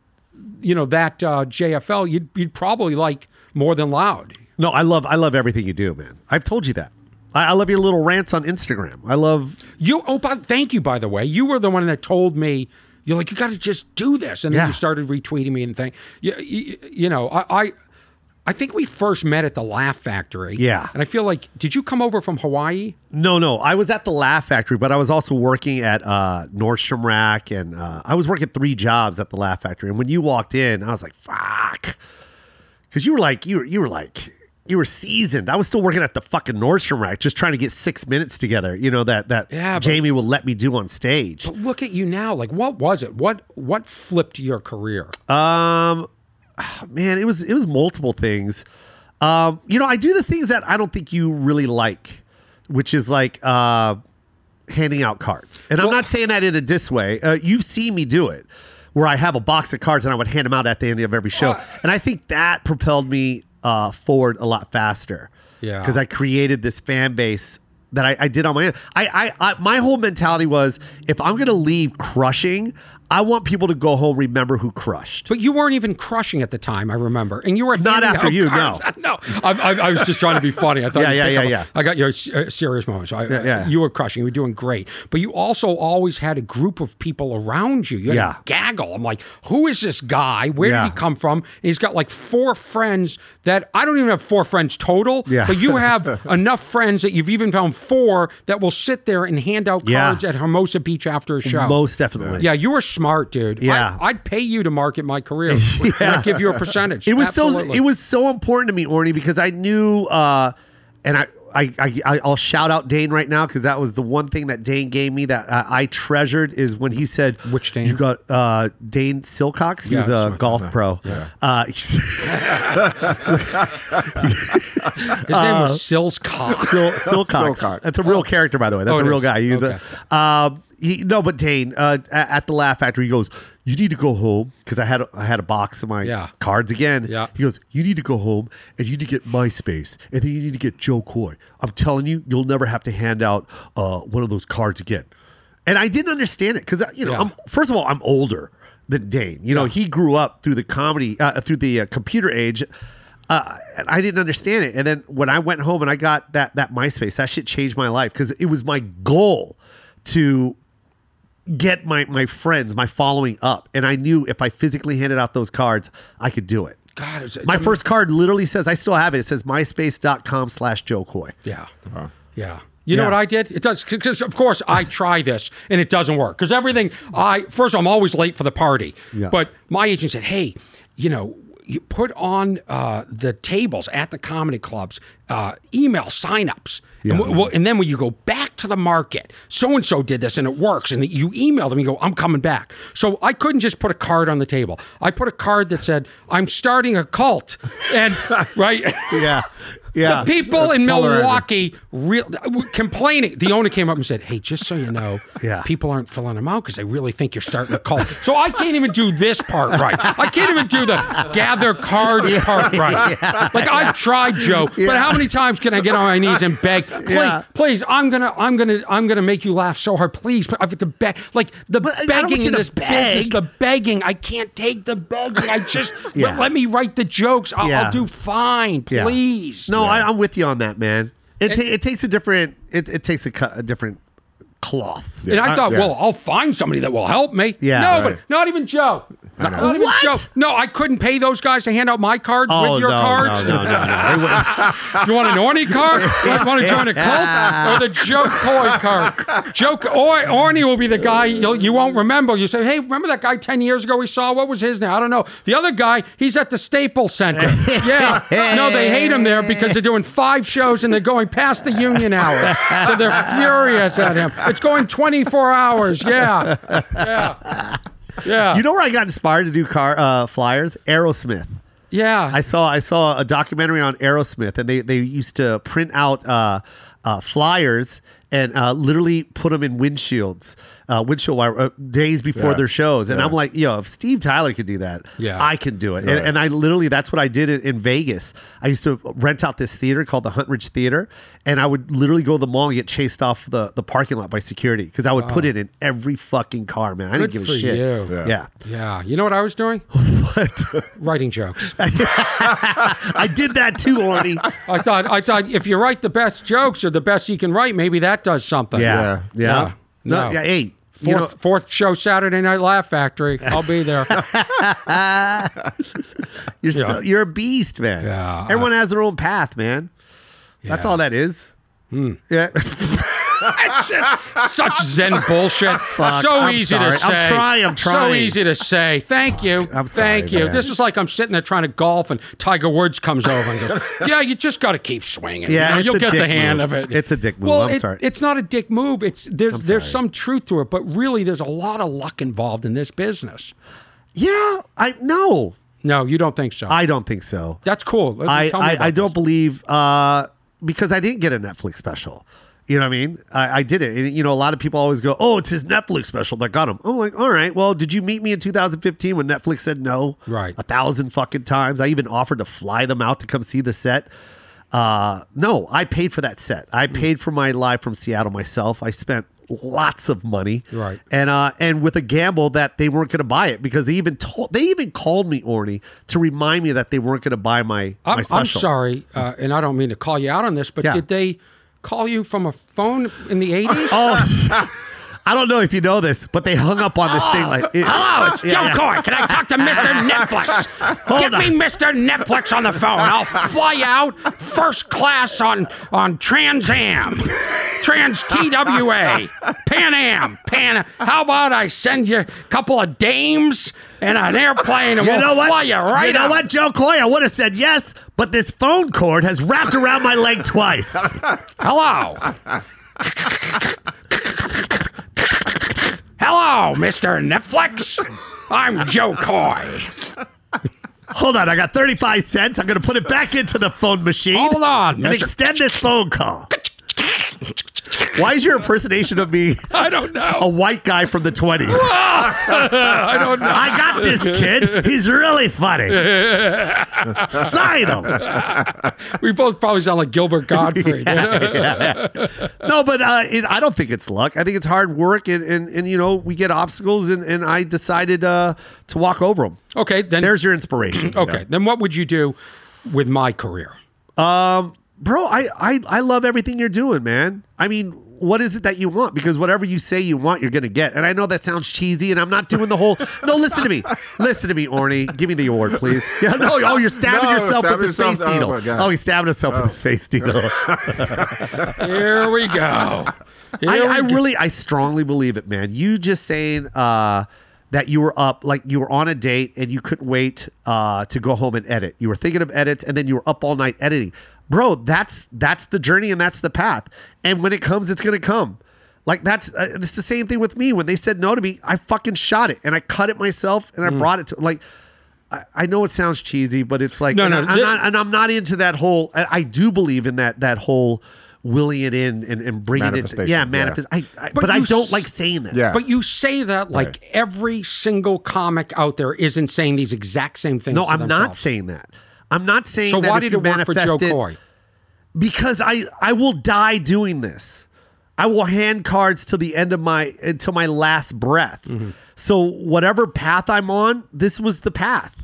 D: you know that uh, JFL, you'd, you'd probably like more than loud.
C: No, I love I love everything you do, man. I've told you that. I, I love your little rants on Instagram. I love.
D: You oh, but thank you by the way. You were the one that told me you're like you got to just do this, and then
C: Yeah.
D: you started retweeting me and thing. You, you, you know, I, I I think we first met at the Laugh Factory.
C: Yeah.
D: And I feel like, did you come over from Hawaii?
C: No, no. I was at the Laugh Factory, but I was also working at uh, Nordstrom Rack, and uh, I was working three jobs at the Laugh Factory. And when you walked in, I was like, "Fuck," because you were like, you were, you were like, you were seasoned. I was still working at the fucking Nordstrom Rack, just trying to get six minutes together. You know that that
D: Yeah, but-
C: Jamie will let me do on stage.
D: But look at you now. Like, what was it? What what flipped your career?
C: Um, man, it was it was multiple things. Um, you know, I do the things that I don't think you really like, which is like uh, handing out cards. And I'm not saying that in a diss way. Uh, you've seen me do it, where I have a box of cards and I would hand them out at the end of every show.
D: Well,
C: and I think that propelled me uh, forward a lot faster.
D: Yeah.
C: because I created this fan base that I, I did on my own. I, I, I my whole mentality was if I'm gonna leave crushing, I want people to go home remember who crushed.
D: But you weren't even crushing at the time, I remember. And you were
C: Not
D: handing
C: after
D: out
C: you, no.
D: cards. no. I, I, I was just trying to be funny. I thought,
C: Yeah,
D: you'd
C: yeah,
D: pick
C: yeah,
D: up-
C: yeah.
D: I got your uh, serious moment. So I,
C: yeah.
D: you were crushing. You were doing great. But you also always had a group of people around you. You had
C: Yeah.
D: a gaggle. I'm like, who is this guy? Where
C: Yeah.
D: did he come from? And he's got like four friends that I don't even have four friends total.
C: Yeah.
D: But you have enough friends that you've even found four that will sit there and hand out
C: Yeah.
D: cards at Hermosa Beach after a show.
C: Most definitely.
D: Yeah, you were smart, dude.
C: Yeah.
D: I, I'd pay you to market my career. And I'd give you a percentage.
C: It was so
D: Absolutely.
C: it was so important to me, Orny, because I knew uh and I I, I I- I'll shout out Dane right now because that was the one thing that Dane gave me that uh, I treasured is when he said
D: Which Dane?
C: you got uh, Dane Silcox he
D: Yeah,
C: was
D: that's
C: a
D: what I
C: golf pro uh,
D: His name was Sills Cox.
C: uh, Sil- Silcox.
E: Silcox.
C: That's a real character, by the way. That's
D: Oh,
C: a
D: it
C: real
D: is.
C: guy. He's
D: Okay.
C: a, um, he, no, but Dane uh, a- at the Laugh Factory, he goes, "You need to go home because I had a, I had a box of my
D: Yeah.
C: cards again."
D: Yeah.
C: He goes, "You need to go home and you need to get MySpace and then you need to get Joe Coy. I'm telling you, you'll never have to hand out uh, one of those cards again." And I didn't understand it because you know,
D: Yeah.
C: I'm, first of all, I'm older than Dane. You know, he grew up through the comedy, uh, through the uh, computer age uh, and I didn't understand it. And then when I went home and I got that that MySpace, that shit changed my life because it was my goal to get my my friends, my following up. And I knew if I physically handed out those cards, I could do it.
D: God, it's, it's
C: My
D: amazing.
C: first card literally says, I still have it. It says myspace.com slash Joe Coy.
D: Yeah. Yeah. You know
C: Yeah.
D: what I did? It does because of course I try this and it doesn't work because everything I first of all, I'm always late for the party.
C: Yeah.
D: But my agent said, "Hey, you know." You put on uh, the tables at the comedy clubs uh, email signups,
C: Yeah.
D: and, w- w- and then when you go back to the market, so and so did this and it works, and you email them, you go, "I'm coming back." So I couldn't just put a card on the table. I put a card that said, "I'm starting a cult," and right,
C: Yeah. Yeah.
D: the people in
E: colorizing.
D: Milwaukee real, were complaining. The owner came up and said, "Hey, just so you know,
C: Yeah.
D: people aren't filling them out because they really think you're starting a cult." So I can't even do this part right. I can't even do the gather cards part right. Like I've tried, Joe, but how many times can I get on my knees and beg? Please,
C: Yeah.
D: please, I'm gonna, I'm gonna, I'm gonna make you laugh so hard. Please, but I've got to beg. Like the
C: But uh, I don't want
D: begging
C: you
D: in
C: to
D: this business,
C: beg.
D: the begging. I can't take the begging. I just
C: Yeah.
D: let, let me write the jokes. I'll,
C: Yeah.
D: I'll do fine.
C: Yeah.
D: Please.
C: No, I, I'm with you on that, man. It, ta- it takes a different, it, it takes a, cu- a different cloth.
D: And I
E: I-
D: thought,
E: yeah.
D: well, I'll find somebody that will help me.
C: Yeah.
D: No,
C: Right.
D: but not even Joe. Not, not even
C: What?
D: Joe. No, I couldn't pay those guys to hand out my cards
C: Oh,
D: with your
C: no,
D: cards.
C: no, no, no, no. They wouldn't-
D: You want an Orny card? You want to join a cult or the Joe Coy card? Joe or, Orny will be the guy you'll, you won't remember. You say, hey, remember that guy ten years ago we saw? What was his name? I don't know. The other guy, he's at the Staples Center. Yeah, no, they hate him there because they're doing five shows and they're going past the union hours, so they're furious at him. It's going twenty four hours. Yeah, yeah, yeah,
C: You know where I got inspired to do car uh, flyers? Aerosmith.
D: yeah.
C: I saw I saw a documentary on Aerosmith, and they they used to print out uh, uh, flyers and uh, literally put them in windshields, uh, windshield wire, uh, days before
E: Yeah.
C: their shows. And
E: Yeah.
C: I'm like, yo, if Steve Tyler could do that,
D: Yeah.
C: I can do it.
E: Right.
C: And, and I literally that's what I did in, in Vegas. I used to rent out this theater called the Hunt Ridge Theater, and I would literally go to the mall and get chased off the, the parking lot by security because I would put it in every fucking car, man. I didn't
D: Good
C: give a
D: for
C: shit.
D: you.
E: Yeah.
C: yeah.
D: yeah, you know what I was doing? Writing jokes.
C: I did that too, Arnie.
D: I thought I thought if you write the best jokes or the best you can write, maybe that does something.
C: Yeah. Yeah.
D: Yeah.
C: No.
D: No.
C: Yeah. Hey,
D: Fourth,
C: You know-
D: fourth show Saturday Night Laugh Factory. I'll be there.
C: You're still you're a beast, man.
D: Yeah,
C: Everyone has their own path, man. That's
D: Yeah.
C: all that is. Yeah.
D: Such Zen bullshit. so
C: I'm
D: easy
C: sorry.
D: to
C: I'm
D: say.
C: trying, I'm
D: So
C: trying.
D: easy to say. Thank you.
C: I'm sorry,
D: Thank you.
C: man.
D: This is like I'm sitting there trying to golf and Tiger Woods comes over and goes, "Yeah, you just got to keep swinging.
C: Yeah,
D: you
C: it's
D: will
C: a
D: get the
C: dick
D: hand
C: move.
D: of it.
C: It's a dick move.
D: Well,
C: I'm
D: it-
C: sorry.
D: it's not a dick move. It's there's there's some truth to it, but really there's a lot of luck involved in this business.
C: yeah. I no.
D: No, you don't think so.
C: I don't think so.
D: That's cool. Let-
C: I,
D: tell me
C: I,
D: about
C: I don't
D: this.
C: believe uh, because I didn't get a Netflix special. You know what I mean? I, I did it. And, you know, a lot of people always go, "Oh, it's his Netflix special that got him." I'm like, "All right, well, did you meet me in 2015 when Netflix said no,
D: Right.
C: a thousand fucking times? I even offered to fly them out to come see the set. Uh, no, I paid for that set.
D: Hmm.
C: I paid for my live from Seattle myself. I spent lots of money,
D: Right.
C: and uh, and with a gamble that they weren't going to buy it because they even told they even called me Orny to remind me that they weren't going to buy my my
D: I'm, I'm
C: special.
D: sorry, uh, and I don't mean to call you out on this, but
C: Yeah.
D: did they call you from a phone in the 80s?
C: Oh. I don't know if you know this, but they hung up on this thing like it-
D: Oh. Hello, it's
C: Yeah,
D: Joe
C: yeah.
D: Coy. Can I talk to Mr. Netflix? Get me Mr. Netflix on the phone. I'll fly you out first class on on Trans Am, Trans TWA, Pan Am, Pan. How about I send you a couple of dames and an airplane, and
C: You
D: we'll
C: know what?
D: fly you right
C: you know
D: out.
C: what, Joe Coy? I would have said yes, but this phone cord has wrapped around my leg twice.
D: Hello. Hello, Mr. Netflix. I'm Joe Coy.
C: Hold on, I got 35 cents. I'm going to put it back into the phone machine.
D: Hold on,
C: And
D: Mr.
C: extend this phone call. Why is your impersonation of me
D: I don't
C: a
D: know.
C: white guy from the 20s?
D: I don't know.
C: I got this kid. He's really funny. Sign him.
D: We both probably sound like Gilbert Godfrey.
C: No, but uh, it, I don't think it's luck. I think it's hard work, and and, and you know we get obstacles, and and I decided uh, to walk over them.
D: Okay, then
C: There's your inspiration,
D: okay. Then what would you do with my career?
C: bro. I, I I love everything you're doing, man. I mean, what is it that you want? Because whatever you say you want, you're gonna get. And I know that sounds cheesy, and I'm not doing the whole. no, listen to me, listen to me, Orny. Give me the award, please. Yeah, no, oh, you're stabbing
E: No,
C: yourself
E: stabbing
C: with the
E: yourself-
C: space
E: oh
C: needle.
E: my God.
C: Oh, he's stabbing himself with the space needle.
D: Here we go. Here
C: I, I
D: we go.
C: really, I strongly believe it, man. You just saying uh, that you were up, like you were on a date and you couldn't wait uh, to go home and edit. You were thinking of edits, and then you were up all night editing, bro. That's that's the journey and that's the path. And when it comes, it's gonna come. Like that's uh, it's the same thing with me. When they said no to me, I fucking shot it and I cut it myself
D: Mm.
C: and I brought it to like. I- I know it sounds cheesy, but it's like
D: No,
C: and
D: no,
C: I- I'm
D: thi-
C: not, and I'm not into that whole. I, I do believe in that that whole willing it in and, and bringing it. To,
E: Manifestation,
C: yeah,
E: yeah.
C: manifest. I, I
D: But
C: but, I
D: you
C: don't
D: s-
C: like saying that.
E: Yeah.
D: But you say that like every single comic out there isn't saying these exact same things.
C: No,
D: to
C: I'm not
D: themselves.
C: saying that. I'm not saying
D: So
C: that.
D: why
C: if
D: did
C: you
D: it work for Joe
C: manifest it-
D: Coy?
C: Because I I will die doing this. I will hand cards to the end of my until my last breath.
E: Mm-hmm.
C: So whatever path I'm on, this was the path.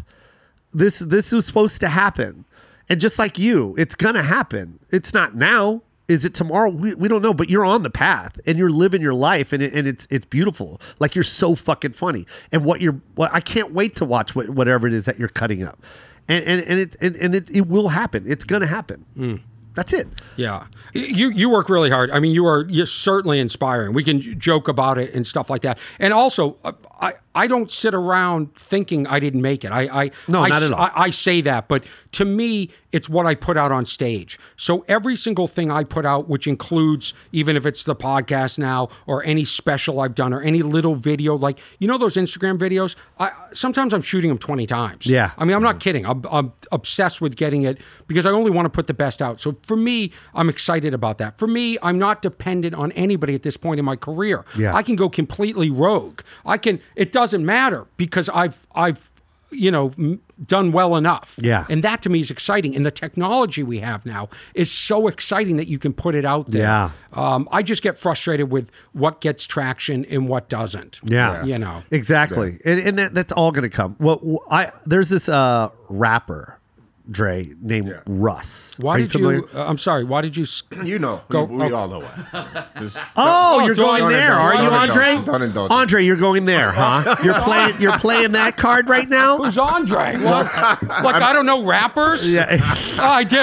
C: This this was supposed to happen. And just like you, it's gonna happen. It's not now. Is it tomorrow? We, we don't know, but you're on the path and you're living your life and, it, and it's it's beautiful. Like you're so fucking funny. And what you're what I can't wait to watch what, whatever it is that you're cutting up. And and, and it and, and it, it will happen. It's gonna happen. That's it.
D: Yeah, you you work really hard. I mean, you are you're certainly inspiring. We can j- joke about it and stuff like that. And also, uh, I I don't sit around thinking I didn't make it. I I
C: No,
D: I,
C: not at all.
D: I, I say that, but to me, it's what I put out on stage. So every single thing I put out, which includes even if it's the podcast now or any special I've done or any little video, like you know those Instagram videos. I sometimes I'm shooting them twenty times.
C: Yeah.
D: I mean, I'm not kidding. I'm, I'm obsessed with getting it because I only want to put the best out. So for me, I'm excited about that. For me, I'm not dependent on anybody at this point in my career.
C: Yeah.
D: I can go completely rogue. I can. It doesn't matter because I've I've you know m- done well enough.
C: Yeah.
D: And that to me is exciting. And the technology we have now is so exciting that you can put it out there.
C: Yeah.
D: Um, I just get frustrated with what gets traction and what doesn't.
C: Yeah.
D: You know.
C: Exactly. And, and that, that's all going to come. What wh- I there's this uh rapper Dre named
E: Yeah.
C: Russ.
D: Why
C: Are
D: did
C: familiar-
D: you? uh, I'm sorry. Why did you? s-
E: You know,
D: Go-
E: we, we
D: oh.
E: all know why. Just-
C: Oh, you're
D: don't
C: going
D: indulge,
C: there, are
D: don't
C: you,
E: indulge,
C: Andre?
E: don't indulge.
C: Andre, you're going there, huh? You're playing. You're playing that card right now.
D: Who's Andre? What? like I don't know rappers.
C: Yeah.
D: Oh, I do.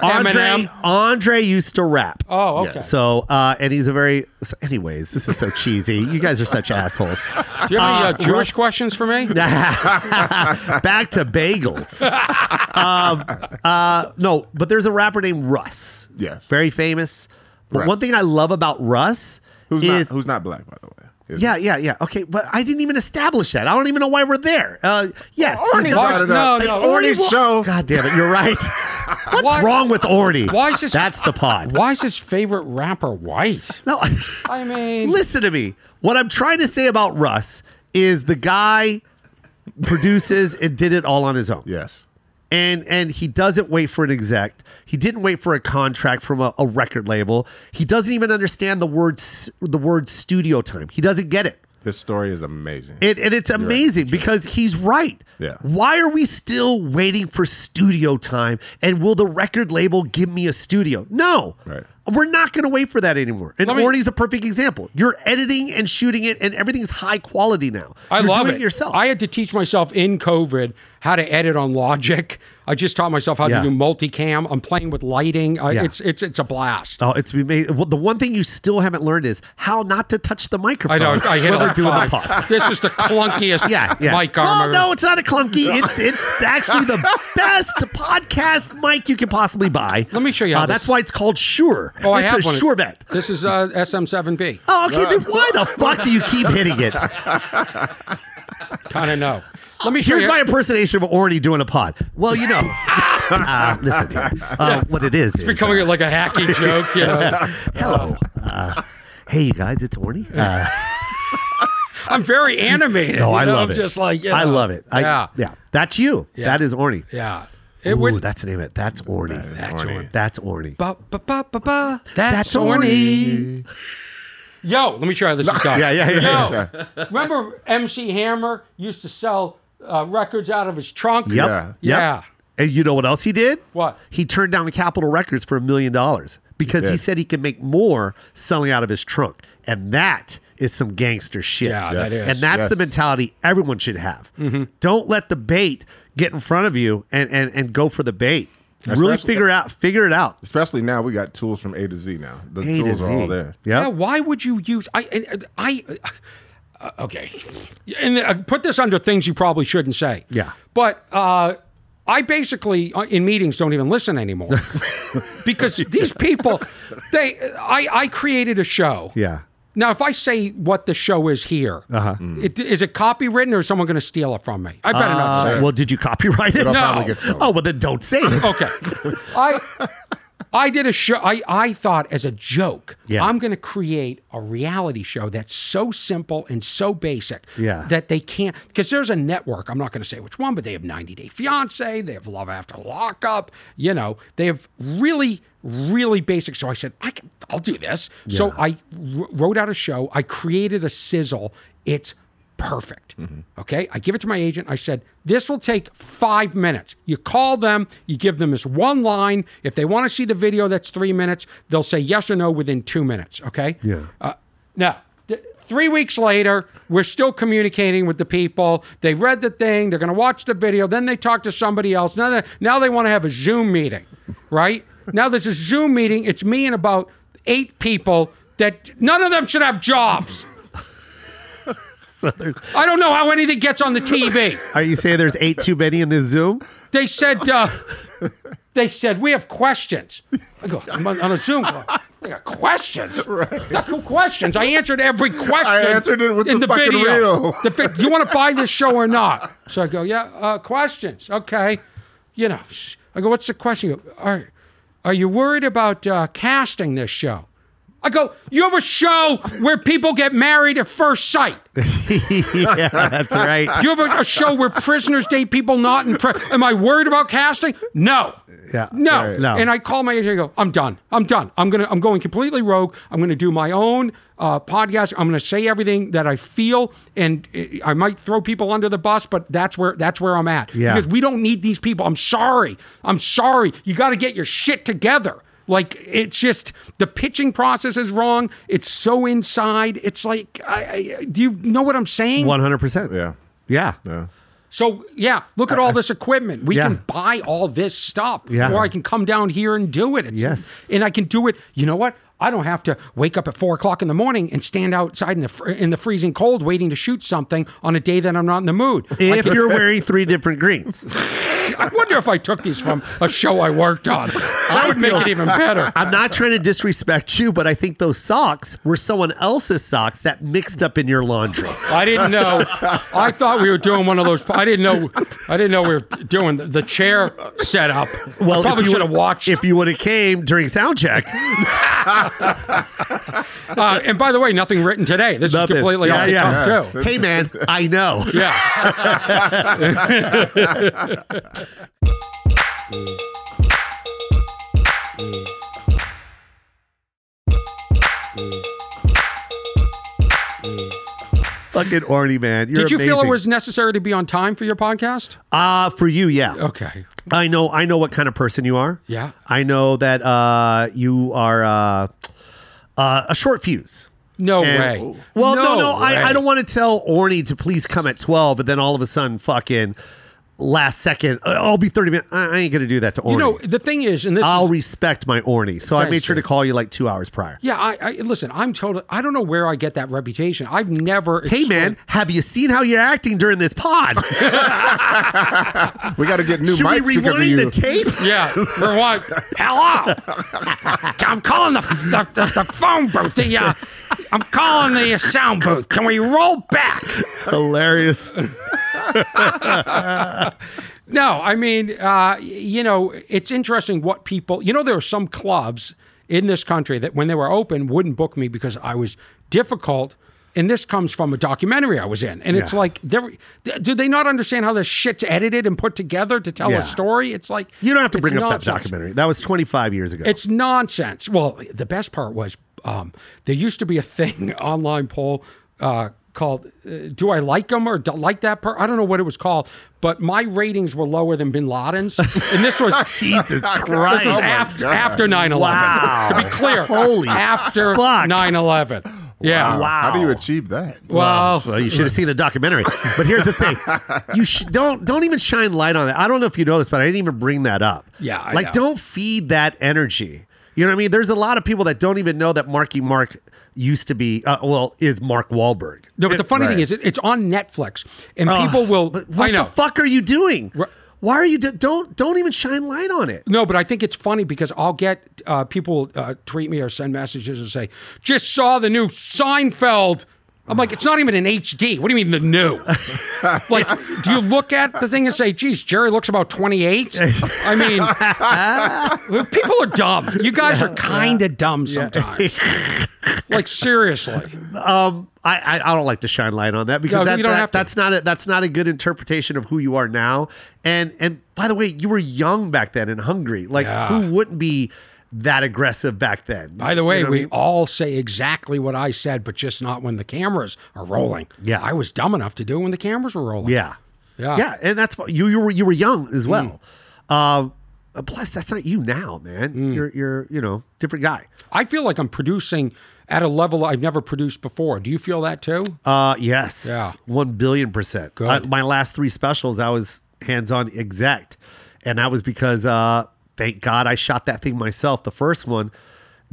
C: Andre,
D: Eminem.
C: Andre used to rap.
D: Oh, okay.
C: So, uh, and he's a very. so Anyways, this is so cheesy. You guys are such assholes.
D: Do you have any uh, Jewish questions for me?
C: Back to bagels. um, uh, no, but there's a rapper named Russ.
E: Yes.
C: Very famous. But
E: Russ.
C: one thing I love about Russ
E: who's
C: is.
E: not who's not black, by the way. Is-
C: yeah, yeah, yeah. Okay, but I didn't even establish that. I don't even know why we're there. Uh, yes,
E: Arnie
C: he's-
D: Why-
E: brought it
D: no,
E: up.
D: no.
E: It's Arnie's
C: Wa-
E: show.
C: God damn it, you're right. What's
D: Why-
C: wrong with Orny?
D: Why is this-
C: That's the pod.
D: Why is his favorite rapper white?
C: No,
D: I mean,
C: listen to me. What I'm trying to say about Russ is the guy produces and did it all on his own.
E: Yes.
C: And and he doesn't wait for an exec. He didn't wait for a contract from a, a record label. He doesn't even understand the word s- the word studio time. He doesn't get it.
E: This story is amazing.
C: It, and it's amazing because he's right.
E: Yeah.
C: Why are we still waiting for studio time? And will the record label give me a studio? No.
E: Right.
C: We're not going to wait for that anymore. And
D: Let me-
C: Orny's a perfect example. You're editing and shooting it, and everything's high quality now.
D: I
C: You're
D: love
C: doing
D: it
C: yourself.
D: I had to teach myself in COVID how to edit on Logic. I just taught myself how
C: Yeah.
D: to do multicam. I'm playing with lighting. I,
C: Yeah.
D: It's it's it's a blast.
C: Oh, it's amazing. Well, the one thing you still haven't learned is how not to touch the microphone.
D: I know. I hit
C: when
D: all
C: we're doing the
D: five.
C: pod.
D: This is the clunkiest
C: Yeah, yeah.
D: mic
C: No,
D: armor.
C: no, it's not a clunky. It's it's actually the best podcast mic you can possibly buy.
D: Let me show you how
C: Uh, that's
D: this-
C: why it's called Sure.
D: oh, I
C: it's
D: have
C: a
D: one.
C: Sure bet.
D: This is uh, SM7B.
C: Oh, okay. Then why the fuck do you keep hitting it?
D: Kind of know. Let me show
C: Here's
D: you.
C: my impersonation of Orny doing a pod. Well, you know, uh, listen here. Uh, what it is. is,
D: becoming like a hacky joke. You know,
C: uh, hello. Uh, hey, you guys, it's Orny. Uh,
D: I'm very animated.
C: no,
D: you
C: I
D: know,
C: love it.
D: Just like you
C: I
D: know.
C: love it. I,
D: yeah,
C: yeah, That's you.
D: Yeah.
C: That is Orny.
D: yeah.
C: Ooh,
D: It would.
C: that's the name of it. That's Orny.
D: That's
E: Orny.
D: Orny.
C: That's Orny.
D: Ba, ba, ba, ba, ba.
C: That's
D: That's, Orny. Yo, let me show you how this is going.
C: Yeah, yeah, yeah,
D: Yo, remember MC Hammer used to sell uh, records out of his trunk?
C: Yep.
E: Yeah.
C: Yep.
D: Yeah.
C: And you know what else he did?
D: What?
C: He turned down Capitol Records for a million dollars because he
E: did.
C: said he could make more selling out of his trunk. And that is some gangster shit.
D: Yeah, that Yes. is. Mm-hmm.
C: And that's the
E: Yes.
C: mentality everyone should have. Don't let the bait get in front of you and, and, and go for the bait. really
E: Especially-
C: figure out figure it out.
E: Especially now we got tools from A to Z now. The
C: A to
E: tools
C: Z.
E: are all there.
D: Yeah,
C: Yeah.
D: why would you use I and- I uh, okay. And uh, put this under things you probably shouldn't say.
C: Yeah.
D: But uh I basically uh, in meetings don't even listen anymore. because these people they I I created a show.
C: Yeah. Uh-huh.
D: Now, if I say what the show is here, it- is it copywritten or is someone going to steal it from me? I better not say
C: Uh,
D: it.
C: well, did you copyright it?
E: It'll
D: No.
E: probably get stolen.
C: Oh, well, then don't say it.
D: Okay. I I did a show. I, I thought as a joke,
C: Yeah.
D: I'm going to create a reality show that's so simple and so basic
C: Yeah.
D: that they can't. Because there's a network. I'm not going to say which one, but they have 90 Day Fiance. They have Love After Lockup. You know, they have really, really basic. So I said, I can, I'll do this. So I wr- wrote out a show. I created a sizzle. It's perfect. Okay. I give it to my agent. I said, This will take five minutes. You call them, you give them this one line. If they want to see the video that's three minutes, they'll say yes or no within two minutes. Okay.
C: Yeah.
D: Uh, now, th- three weeks later, we're still communicating with the people. They read the thing, they're going to watch the video, then they talk to somebody else. Now, they- now they want to have a Zoom meeting, right? now there's a Zoom meeting. It's me and about eight people that none of them should have jobs.
C: So there's-
D: I don't know how anything gets on the TV.
C: are you saying there's eight too many in this Zoom?
D: They said, uh, they said we have questions. I go, I'm on, on a Zoom call. They got questions. That's cool questions. I answered every question.
E: answered it with
D: in
E: the fucking
D: video.
E: reel.
D: The fi- you want to buy this show or not? So I go, yeah. Uh, questions. Okay. You know, sh- I go, what's the question? You go, are, are you worried about uh, casting this show? I go, you have a show where people get married at first sight.
C: yeah, that's right.
D: You have a, a show where prisoners date people not in prison. Am I worried about casting? No.
C: Yeah.
D: No.
C: Right. No.
D: And I call my agent. I go, I'm done. I'm done. I'm gonna. I'm going completely rogue. I'm gonna do my own uh, podcast. I'm gonna say everything that I feel, and uh, I might throw people under the bus, but that's where that's where I'm at.
C: Yeah.
D: Because we don't need these people. I'm sorry. I'm sorry. You got to get your shit together. Like it's just the pitching process is wrong. It's so inside. It's like, I, I, do you know what I'm saying?
C: One hundred percent.
E: Yeah.
C: Yeah.
E: Yeah.
D: So yeah, look at all this equipment. We
C: Yeah.
D: can buy all this stuff,
C: Yeah.
D: or I can come down here and do it. It's,
C: Yes.
D: and I can do it. You know what? I don't have to wake up at four o'clock in the morning and stand outside in the fr- in the freezing cold waiting to shoot something on a day that I'm not in the mood.
C: If you're wearing three different greens,
D: I wonder if I took these from a show I worked on. That would make it even better.
C: I'm not trying to disrespect you, but I think those socks were someone else's socks that mixed up in your laundry.
D: I didn't know. I thought we were doing one of those. I didn't know. I didn't know we were doing the, the chair setup. Well,
C: if
D: probably
C: you
D: should have
C: would-
D: watched.
C: If you would have came during sound check,
D: Uh, and by the way, nothing written today. This
C: Nothing.
D: is completely
C: Yeah,
D: off the
C: yeah.
D: cuff too.
C: hey man, I know.
D: Yeah.
C: Fucking Orny man. You're
D: Did you feel it
C: amazing.
D: was necessary to be on time for your podcast?
C: uh for you, yeah.
D: Okay.
C: I know I know what kind of person you are.
D: Oh. Yeah.
C: I know that uh you are uh, uh a short fuse.
D: No
C: And-
D: way.
C: Well, no, no,
D: way.
C: I, I don't want to tell Orny to please come at 12, but then all of a sudden, fucking last second, uh, I'll be 30 minutes. I, I ain't going to do that to Orny.
D: You know, the thing is, and this
C: I'll
D: is,
C: respect my Orny. So I
D: Thanks,
C: made sure to
D: dude.
C: call you like two hours prior.
D: yeah, I, I listen. I'm totally. I don't know where I get that reputation. I've never.
C: Hey, man, have you seen how you're acting during this pod?
E: We got to get new
C: Should we
E: mics because of
C: rewind
E: you.
C: the tape?
D: Yeah, we're like, hello. I'm calling the the, the, the phone booth. The uh, I'm calling the sound booth. Can we roll back?
C: Hilarious.
D: No, I mean, uh, y- you know, it's interesting what people. You know, there are some clubs in this country that, when they were open, wouldn't book me because I was difficult. And this comes from a documentary I was in, and it's
C: Yeah.
D: like, they're- th- do they not understand how this shit's edited and put together to tell
C: Yeah.
D: a story? It's like
C: You don't have to
D: it's
C: bring up that
D: nonsense.
C: documentary. That was 25 years ago.
D: It's nonsense. Well, the best part was um, there used to be a thing online poll uh, called uh, "Do I like them or do like that part?" I don't know what it was called, but my ratings were lower than Bin Laden's, and this was
C: Jesus
D: this
C: Christ.
D: was
E: Oh my
D: after
E: God.
D: after 9/11.
C: Wow.
D: To be clear,
C: Holy
D: after
C: fuck.
D: 9/11. Yeah.
C: Wow.
E: How do you achieve that?
D: Well,
C: Well, you should have seen the documentary. But here's the thing: you sh- don't don't even shine light on it. I don't know if you noticed, but I didn't even bring that up.
D: Yeah, I
C: like
D: know.
C: don't feed that energy. You know what I mean? There's a lot of people that don't even know that Marky Mark used to be, uh, well, is Mark Wahlberg.
D: no, but the funny thing
E: right.
D: is, it, it's on Netflix, and people will.
C: But what
D: I know.
C: the fuck are you doing?
D: Ru-
C: Why are you do- don't don't even shine light on it?
D: No, but I think it's funny because I'll get uh, people uh, tweet me or send messages and say, "Just saw the new Seinfeld." I'm like, it's not even in HD. What do you mean the new? like, do you look at the thing and say, "Geez, Jerry looks about 28"? I mean, people are dumb. You guys are kind of dumb sometimes. like seriously,
C: I, I I don't like to shine light on that because
D: No,
C: that,
D: you don't
C: that-
D: have to.
C: that's not a, that's not a good interpretation of who you are now. And and by the way, you were young back then and hungry. Like
D: Yeah.
C: who wouldn't be that aggressive back then?
D: By the way,
C: You know what
D: we
C: I mean?
D: all say exactly what I said, but just not when the cameras are rolling.
C: Yeah.
D: I was dumb enough to do it when the cameras were rolling.
C: yeah,
D: Yeah. Hmm.
C: yeah, and that's you you were you were young as well. Um, plus, that's not you now, man.
D: Hmm.
C: You're you're you know different guy.
D: I feel like I'm producing at a level I've never produced before. Do you feel that too?
C: Uh, yes.
D: Yeah.
C: One billion percent.
D: Good.
C: I- my last three specials, I was hands on exact. And that was because, uh, thank God I shot that thing myself. The first one,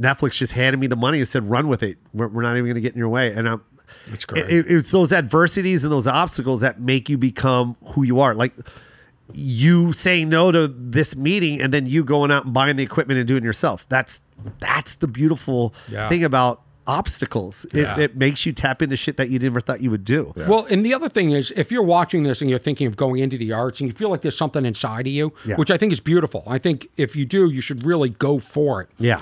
C: Netflix just handed me the money and said, run with it. We're, we're not even going to get in your way. And I'm,
D: That's great.
C: It, it- it's those adversities and those obstacles that make you become who you are. Like you saying no to this meeting and then you going out and buying the equipment and doing it yourself. That's, that's the beautiful
D: Yeah.
C: thing about obstacles. It,
D: Yeah.
C: it makes you tap into shit that you never thought you would do.
D: Well, and the other thing is, if you're watching this and you're thinking of going into the arts and you feel like there's something inside of you,
C: Yeah.
D: which I think is beautiful, I think if you do, you should really go for it.
C: Yeah.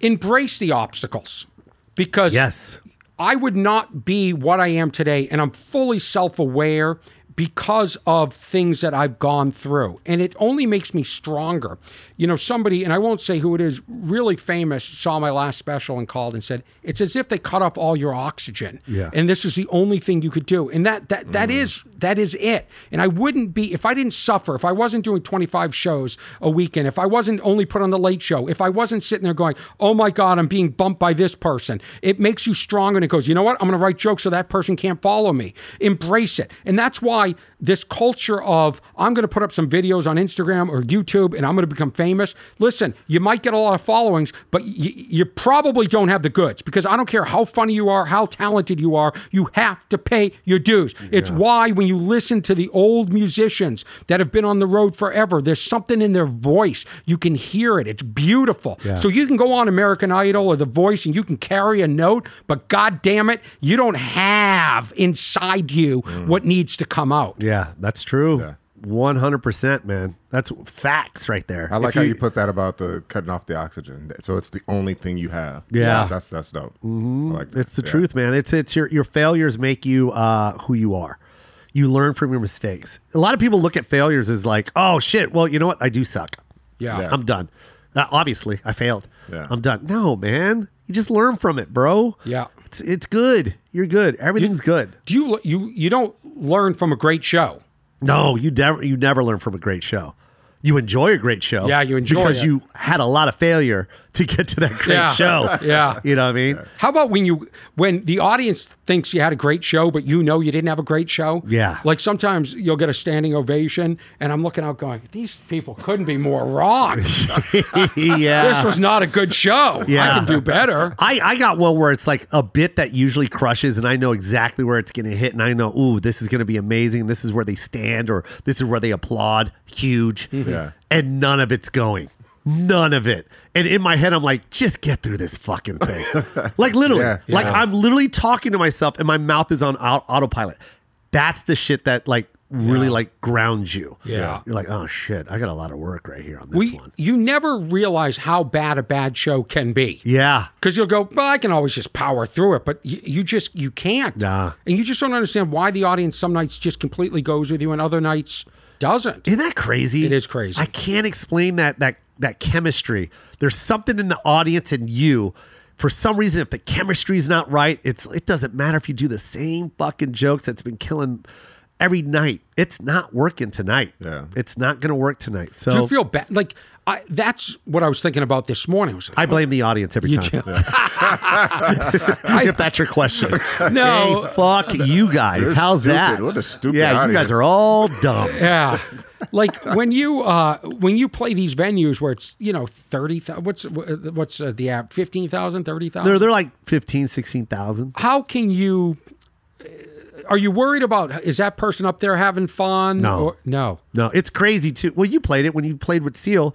D: embrace the obstacles because
C: Yes.
D: I would not be what I am today, and I'm fully self aware because of things that I've gone through. And it only makes me stronger. You know, somebody, and I won't say who it is, really famous, saw my last special and called and said, It's as if they cut off all your oxygen.
C: Yeah.
D: And this is the only thing you could do. And that that that is that is it. And I wouldn't be if I didn't suffer, if I wasn't doing 25 shows a weekend, if I wasn't only put on the late show, if I wasn't sitting there going, "Oh my god, I'm being bumped by this person." It makes you stronger and it goes, "You know what? I'm going to write jokes so that person can't follow me." Embrace it. And that's why this culture of I'm going to put up some videos on Instagram or YouTube and I'm going to become famous. Listen, you might get a lot of followings, but y- you probably don't have the goods because I don't care how funny you are, how talented you are, you have to pay your dues. It's why when you listen to the old musicians that have been on the road forever, there's something in their voice. You can hear it. It's beautiful. So you can go on American Idol or The Voice and you can carry a note, but god damn it, you don't have inside you what needs to come out.
C: Yeah, that's true. One hundred percent, man. That's facts right there.
E: I like
C: If
E: how you put that about the cutting off the oxygen. So it's the only thing you have.
C: Yeah.
E: that's that's dope. Mm-hmm. like that.
C: It's the
E: Yeah.
C: truth, man. It's it's your your failures make you uh, who you are. You learn from your mistakes. A lot of people look at failures as like, oh shit. Well, you know what? I do suck.
D: Yeah. Yeah.
C: I'm done. Uh, obviously, I failed.
E: Yeah.
C: I'm done. No, man. You just learn from it, bro.
D: Yeah.
C: It's it's good. You're good. Everything's good.
D: Do you you you don't learn from a great show?
C: No, you never you never learn from a great show. You enjoy a great show.
D: Yeah, you enjoy
C: because
D: it.
C: you had a lot of failure to get to that great
D: Yeah.
C: show.
D: Yeah.
C: you know what I mean.
D: How about when you when the audience thinks you had a great show, but you know you didn't have a great show?
C: Yeah.
D: Like sometimes you'll get a standing ovation, and I'm looking out going, these people couldn't be more wrong.
C: yeah,
D: this was not a good show. I
C: Yeah.
D: can do better.
C: I, I got one where it's like a bit that usually crushes, and I know exactly where it's going to hit, and I know, ooh, this is going to be amazing. This is where they stand, or this is where they applaud, huge.
E: Yeah.
C: And none of it's going. None of it. And in my head, I'm like, just get through this fucking thing. like, literally.
E: Yeah.
C: Like, I'm literally talking to myself, and my mouth is on au- autopilot. That's the shit that, like, really like grounds you
D: Yeah.
C: you're like oh shit i got a lot of work right here on this
D: We,
C: one
D: you never realize how bad a bad show can be.
C: yeah
D: Because you'll go, well, I can always just power through it, but you, you just you can't.
C: Nah.
D: And you just don't understand why the audience some nights just completely goes with you, and other nights doesn't.
C: Isn't that crazy?
D: It is crazy.
C: I can't explain that that that chemistry. There's something in the audience and you. For some reason, if the chemistry's not right, it's it doesn't matter if you do the same fucking jokes that's been killing every night. It's not working tonight.
E: Yeah.
C: It's not gonna work tonight. So
D: Do you feel bad? Like I, that's what I was thinking about this morning. I was like,
C: I blame the audience every
D: You
C: time.
D: do.
C: if that's your question.
D: No.
C: Hey, fuck you guys.
E: You're
C: How's
E: stupid.
C: that?
E: What a stupid
C: Yeah, you
E: audience.
C: guys are all dumb.
D: yeah. Like when you uh, when you play these venues where it's you know thirty thousand what's what's uh, the app fifteen thousand thirty
C: They're
D: thousand
C: they're like 15, 16,000.
D: how can you are you worried about is that person up there having fun
C: No.
D: no
C: No, it's crazy too. Well, you played it when you played with Seal,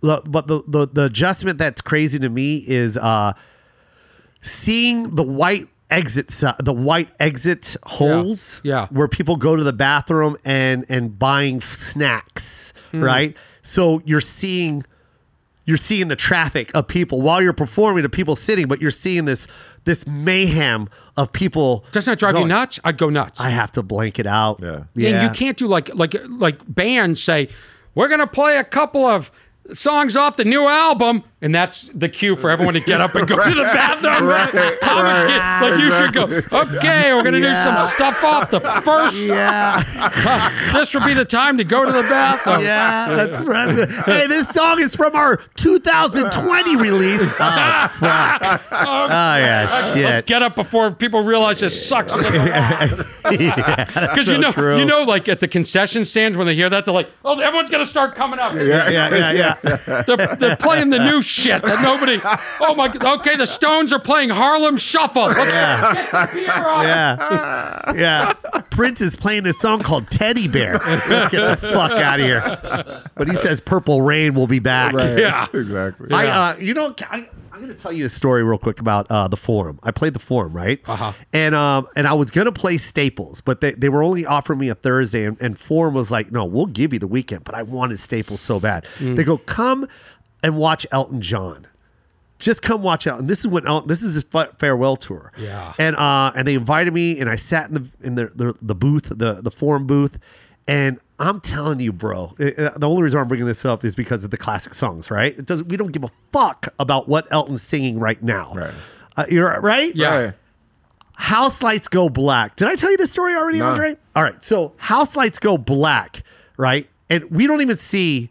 C: The- but the the, the adjustment that's crazy to me is uh, seeing the white exit si- the white exit holes
D: yeah.
C: where people go to the bathroom and and buying snacks
D: Hmm.
C: right so you're seeing you're seeing the traffic of people while you're performing to people sitting but you're seeing this this mayhem of people
D: does that drive you
C: going,
D: nuts I'd go nuts
C: I have to blank it out
E: Yeah.
D: and you can't do like like like bands say we're gonna play a couple of songs off the new album and that's the cue for everyone to get up and go to the bathroom
E: Right,
D: Comics
E: right.
D: get- like you should go okay we're gonna do some stuff off the first
C: yeah
D: this would be the time to go to the bathroom
C: Yeah, that's right. Hey, this song is from our 2020 release. Oh, fuck. Oh, yeah,
D: Let's
C: shit.
D: get up before people realize this sucks. Because you know,
C: true.
D: you know, like at the concession stands when they hear that, they're like, "Oh, everyone's gonna start coming up.
C: Yeah, yeah, yeah, yeah.
D: They're, they're playing the new shit that nobody. Oh my. Okay, the Stones are playing Harlem Shuffle. Let's get the beer on.
C: Yeah. Yeah. Prince is playing this song called Teddy Bear. Let's get the fuck out of here. But he says Purple Rain will be back.
D: Yeah.
E: exactly.
C: I, uh, you know, I, I'm going to tell you a story real quick about uh, the forum. I played the forum, right?
D: Uh-huh.
C: And um, and I was going to play Staples, but they, they were only offering me a Thursday, and, and forum was like, no, we'll give you the
D: Mm.
C: weekend, but I wanted Staples so bad. They go, come and watch Elton John. just come watch out. And this is when El- this is his fa- farewell tour.
D: Yeah.
C: And uh, and they invited me, and I sat in the in the the, the booth, the the forum booth, and I'm telling you, bro, it- it- the only reason I'm bringing this up is because of the classic songs, right? It doesn't. We don't give a fuck about what Elton's singing right now.
E: Right.
C: Uh, you're right.
D: Yeah.
E: Right.
C: House Lights Go Black. Did I tell you this story already,
E: Nah.
C: Andre? All right. So House Lights Go Black, right? And we don't even see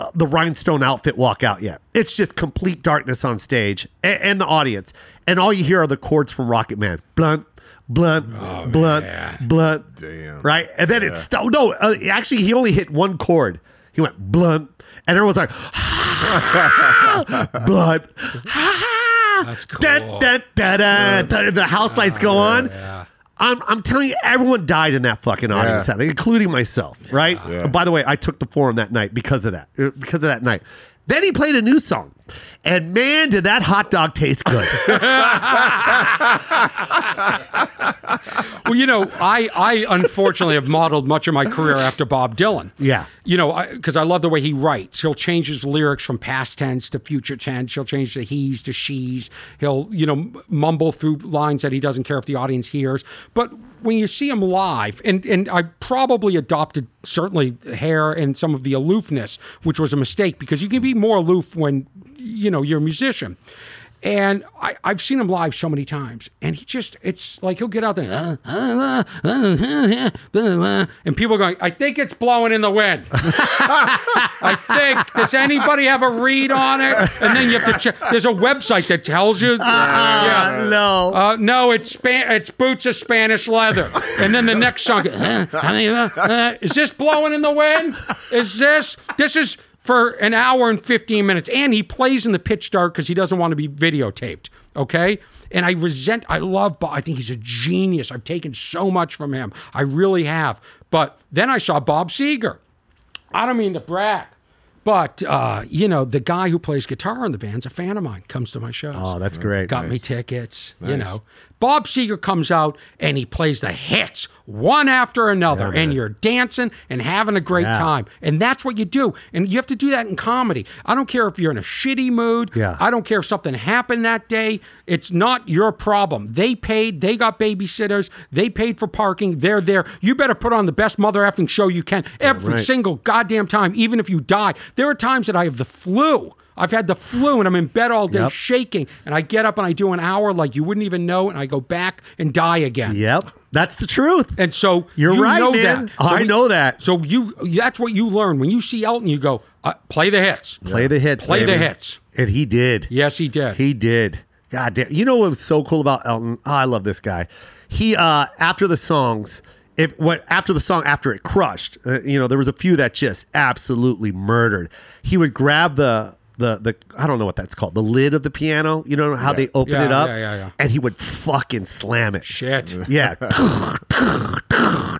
C: uh, the rhinestone outfit walk out yet. It's just complete darkness on stage and, and the audience. And all you hear are the chords from Rocket Man. Blunt, blunt, blunt, blunt.
E: Damn.
C: Right? And then it's still, no, uh, actually, he only hit one chord. He went blunt. And everyone's like, blood. That's
D: cool.
C: Da, da, da, da, da. The house lights go on. I'm, I'm telling you, everyone died in that fucking audience, that night, including myself, right?
E: Yeah.
C: By the way, I took the forum that night because of that, uh, because of that night. Then he played a new song, and man, did that hot dog taste good!
D: Well, you know, I, I unfortunately have modeled much of my career after Bob Dylan.
C: Yeah.
D: You know, because I, love the way he writes. He'll change his lyrics from past tense to future tense. He'll change the he's to she's. He'll, you know, mumble through lines that he doesn't care if the audience hears. But when you see him live, and, and I probably adopted certainly hair and some of the aloofness, which was a mistake because you can be more aloof when, you know, you're a musician. And I, I've seen him live so many times, and he just—it's like he'll get out there, "Uh, uh, uh, uh, uh, uh," and people are going, "I think it's blowing in the wind." I think. Does anybody have a read on it? And then you have to check. There's a website that tells you. yeah.
C: no,
D: Uh, no, it's span- it's boots of Spanish leather. And then the next song, uh, uh, uh, is this blowing in the wind? Is this this is for an hour and fifteen minutes? And he plays in the pitch dark because he doesn't want to be videotaped. Okay. And I resent. I love. Bob. I think he's a genius. I've taken so much from him. I really have. But then I saw Bob Seger. I don't mean to brag. But uh, you know, the guy who plays guitar in the band's a fan of mine. Comes to my shows.
C: oh, that's great.
D: Got me tickets, you know. Bob Seger comes out and he plays the hits one after another, and you're dancing and having a great
C: Yeah.
D: time. And that's what you do. And you have to do that in comedy. I don't care if you're in a shitty mood.
C: Yeah.
D: I don't care if something happened that day. It's not your problem. They paid, they got babysitters, they paid for parking, they're there. You better put on the best mother effing show you can every
C: right.
D: single goddamn time, even if you die. There are times that I have the flu. I've had the flu and I'm in bed all day
C: Yep.
D: shaking. And I get up and I do an hour like you wouldn't even know, and I go back and die again.
C: Yep, that's the truth.
D: And so
C: You're
D: you
C: right,
D: know
C: man.
D: that. So
C: I
D: we-
C: know that.
D: So you that's what you learn when you see Elton. You go uh, play the hits.
C: Play the hits.
D: Play the
C: baby.
D: hits.
C: and he did.
D: Yes, he did.
C: He did. God damn. You know what was so cool about Elton? Oh, I love this guy. He uh after the songs, it what after the song after it crushed, uh, you know, there was a few that just absolutely murdered. He would grab the the the I don't know what that's called, the lid of the piano, you know how they open
D: Yeah,
C: it up?
D: yeah, yeah, yeah.
C: And he would fucking slam it.
D: Shit.
C: Yeah.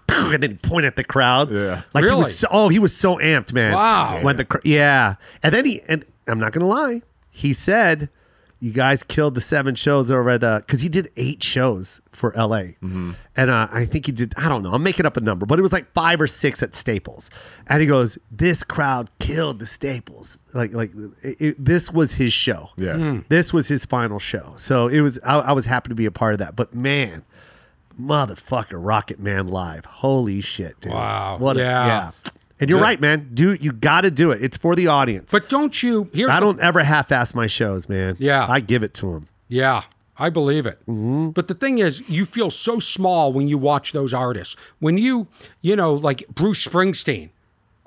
C: and then point at the crowd.
E: Yeah.
C: Like he
D: Really?
C: was so, oh, he was so amped, man.
D: Wow.
C: When the cr- yeah. And then he and I'm not going to lie. He said you guys killed the seven shows over at the cuz he did eight shows for LA.
E: Mm-hmm.
C: And uh, I think he did I don't know. I'm making up a number, but it was like 5 or 6 at Staples. And he goes, "This crowd killed the Staples." Like like it, it- this was his show.
E: Yeah. Mm.
C: This was his final show. So it was I, I was happy to be a part of that. But man, motherfucker Rocket Man live. Holy shit, dude.
D: Wow.
C: What a-
D: Yeah.
C: yeah. And you're right, man. Do you got to do it? It's for the audience.
D: But don't you? Here's
C: I
D: the-
C: don't ever half-ass my shows, man.
D: Yeah.
C: I give it to them.
D: Yeah, I believe it.
C: Mm-hmm.
D: But the thing is, you feel so small when you watch those artists. When you, you know, like Bruce Springsteen.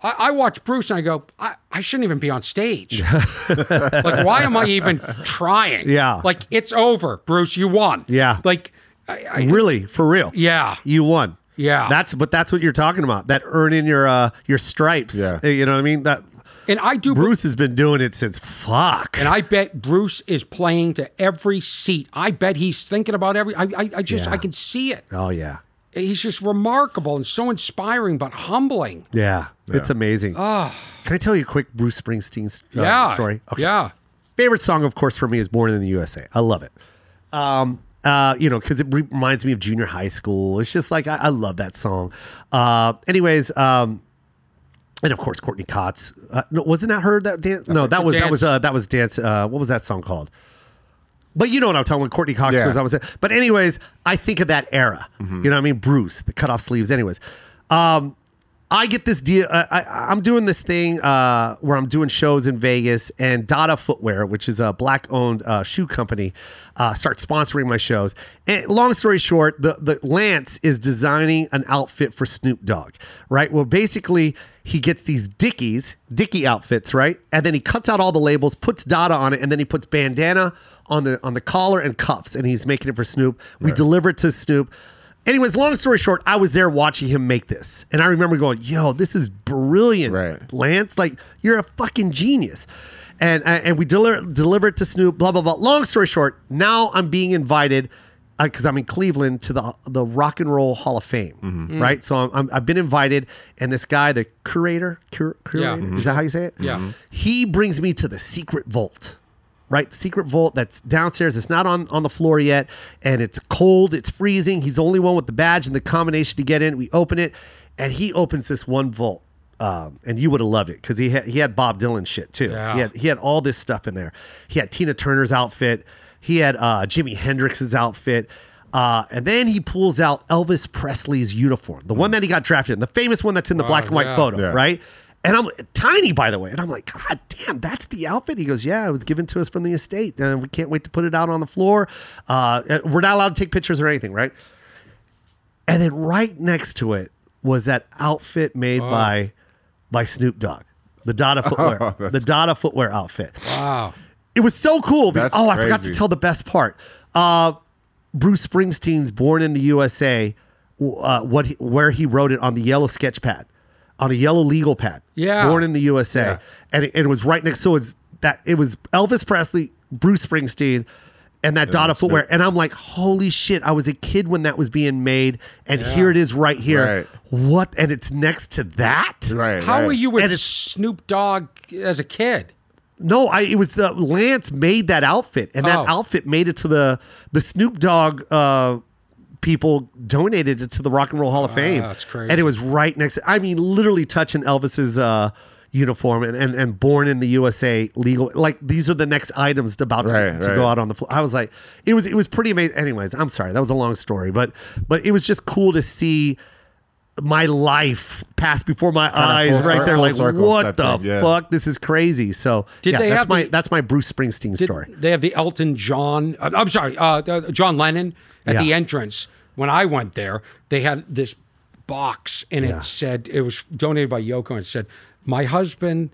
D: I, I watch Bruce and I go, I, I shouldn't even be on stage. like, why am I even trying?
C: Yeah.
D: Like, it's over, Bruce. You won.
C: Yeah.
D: Like, I, I,
C: Really, for real.
D: yeah.
C: You won.
D: Yeah.
C: That's but that's what you're talking about. That earning your uh your stripes.
E: Yeah.
C: Uh, You know what I mean? That
D: And I do.
C: Bruce has been doing it since fuck.
D: And I bet Bruce is playing to every seat. I bet he's thinking about every. I, I, I just,
C: Yeah.
D: I can see it.
C: oh yeah.
D: He's just remarkable and so inspiring, but humbling.
C: Yeah. It's amazing. Can I tell you a quick Bruce Springsteen s- uh,
D: Ah. yeah.
C: story? Okay.
D: Yeah.
C: favorite song, of course, for me is "Born in the USA." I love it. Um, uh, you know, because it re- reminds me of junior high school. It's just like I, I love that song. Uh, anyways, um, and of course, Courtney Cox. Uh, no, wasn't that her that dance? No, that was that was
D: Dance.
C: uh, that was dance. Uh, what was that song called? But you know what I'm talking about, Courtney Cox
E: Yeah.
C: goes I was. But anyways, I think of that era. You know what I mean? Bruce, the cutoff sleeves. Anyways, um, I get this deal. Uh, I, I'm doing this thing uh, where I'm doing shows in Vegas, and Dada Footwear, which is a black-owned uh, shoe company, uh, start sponsoring my shows. And long story short, the the Lance is designing an outfit for Snoop Dogg, right? Well, basically. He gets these Dickies, Dickie outfits, right? And then he cuts out all the labels, puts Dada on it, and then he puts bandana on the on the collar and cuffs, and he's making it for Snoop. We deliver it to Snoop. Anyways, long story short, I was there watching him make this. And I remember going, yo, this is brilliant,
E: Right.
C: Lance. Like, you're a fucking genius. And, and we deliver, deliver it to Snoop, blah, blah, blah. Long story short, now I'm being invited because I'm in Cleveland to the, the Rock and Roll Hall of Fame,
D: Mm.
C: right? So I'm, I'm, I've been invited, and this guy, the curator, cur- curator
D: Mhm.
C: is that how you say it?
D: Yeah. Mhm.
C: He brings me to the secret vault, right? The secret vault that's downstairs. It's not on, on the floor yet. And it's cold. It's freezing. He's the only one with the badge and the combination to get in. We open it and he opens this one vault. Um, and you would have loved it because he had, he had Bob Dylan shit too.
D: Yeah.
C: He, had, he had all this stuff in there. He had Tina Turner's outfit. He had uh, Jimi Hendrix's outfit. Uh, and then he pulls out Elvis Presley's uniform, the one that he got drafted in, the famous one that's in the black and white
D: Oh, yeah.
C: photo,
E: Yeah.
C: right? And I'm tiny, by the way. And I'm like, God damn, that's the outfit. He goes, Yeah, it was given to us from the estate, and we can't wait to put it out on the floor. Uh, and we're not allowed to take pictures or anything, right? And then right next to it was that outfit made by by Snoop Dogg, the Dada footwear, the Dada footwear outfit.
D: Wow.
C: It was so cool. Because,
E: That's
C: oh, I forgot to
E: crazy.
C: tell the best part. Uh, Bruce Springsteen's "Born in the USA," w- uh, what he, where he wrote it on the yellow sketch pad, on a yellow legal pad.
D: Yeah.
C: "Born in the USA,"
E: Yeah.
C: and, it, and it was right next. So it's that it was Elvis Presley, Bruce Springsteen, and that Dada footwear. And I'm like, holy shit! I was a kid when that was being made, and here it is right here.
E: Right.
C: What? And it's next to that.
E: Right.
D: How
E: right.
D: were you with
C: And it's-
D: Snoop Dogg as a kid?
C: No, I it was the Lance made that outfit, and that
D: Oh.
C: outfit made it to the the Snoop Dogg uh, people donated it to the Rock and Roll Hall of Fame.
D: that's crazy.
C: And it was right next. I mean, literally touching Elvis's uh, uniform and, and and born in the USA legal. Like these are the next items to- about to,
E: Right,
C: to
E: right.
C: go out on the floor. I was like, it was it was pretty amazing. Anyways, I'm sorry that was a long story, but but it was just cool to see. My life pass before my eyes,
E: full
C: right
E: cir-
C: there.
E: full
C: Like,
E: circle
C: what
E: type
C: the
E: thing, yeah.
C: fuck? fuck, this is crazy. So
D: Did
C: yeah,
D: they
C: that's
D: have
C: my
D: the-
C: that's my Bruce Springsteen
D: Did
C: story.
D: They have the Elton John. uh, I'm sorry, uh, uh, John Lennon at
C: Yeah.
D: the entrance. When I went there, they had this box, and it said it was donated by Yoko, and it said, "My husband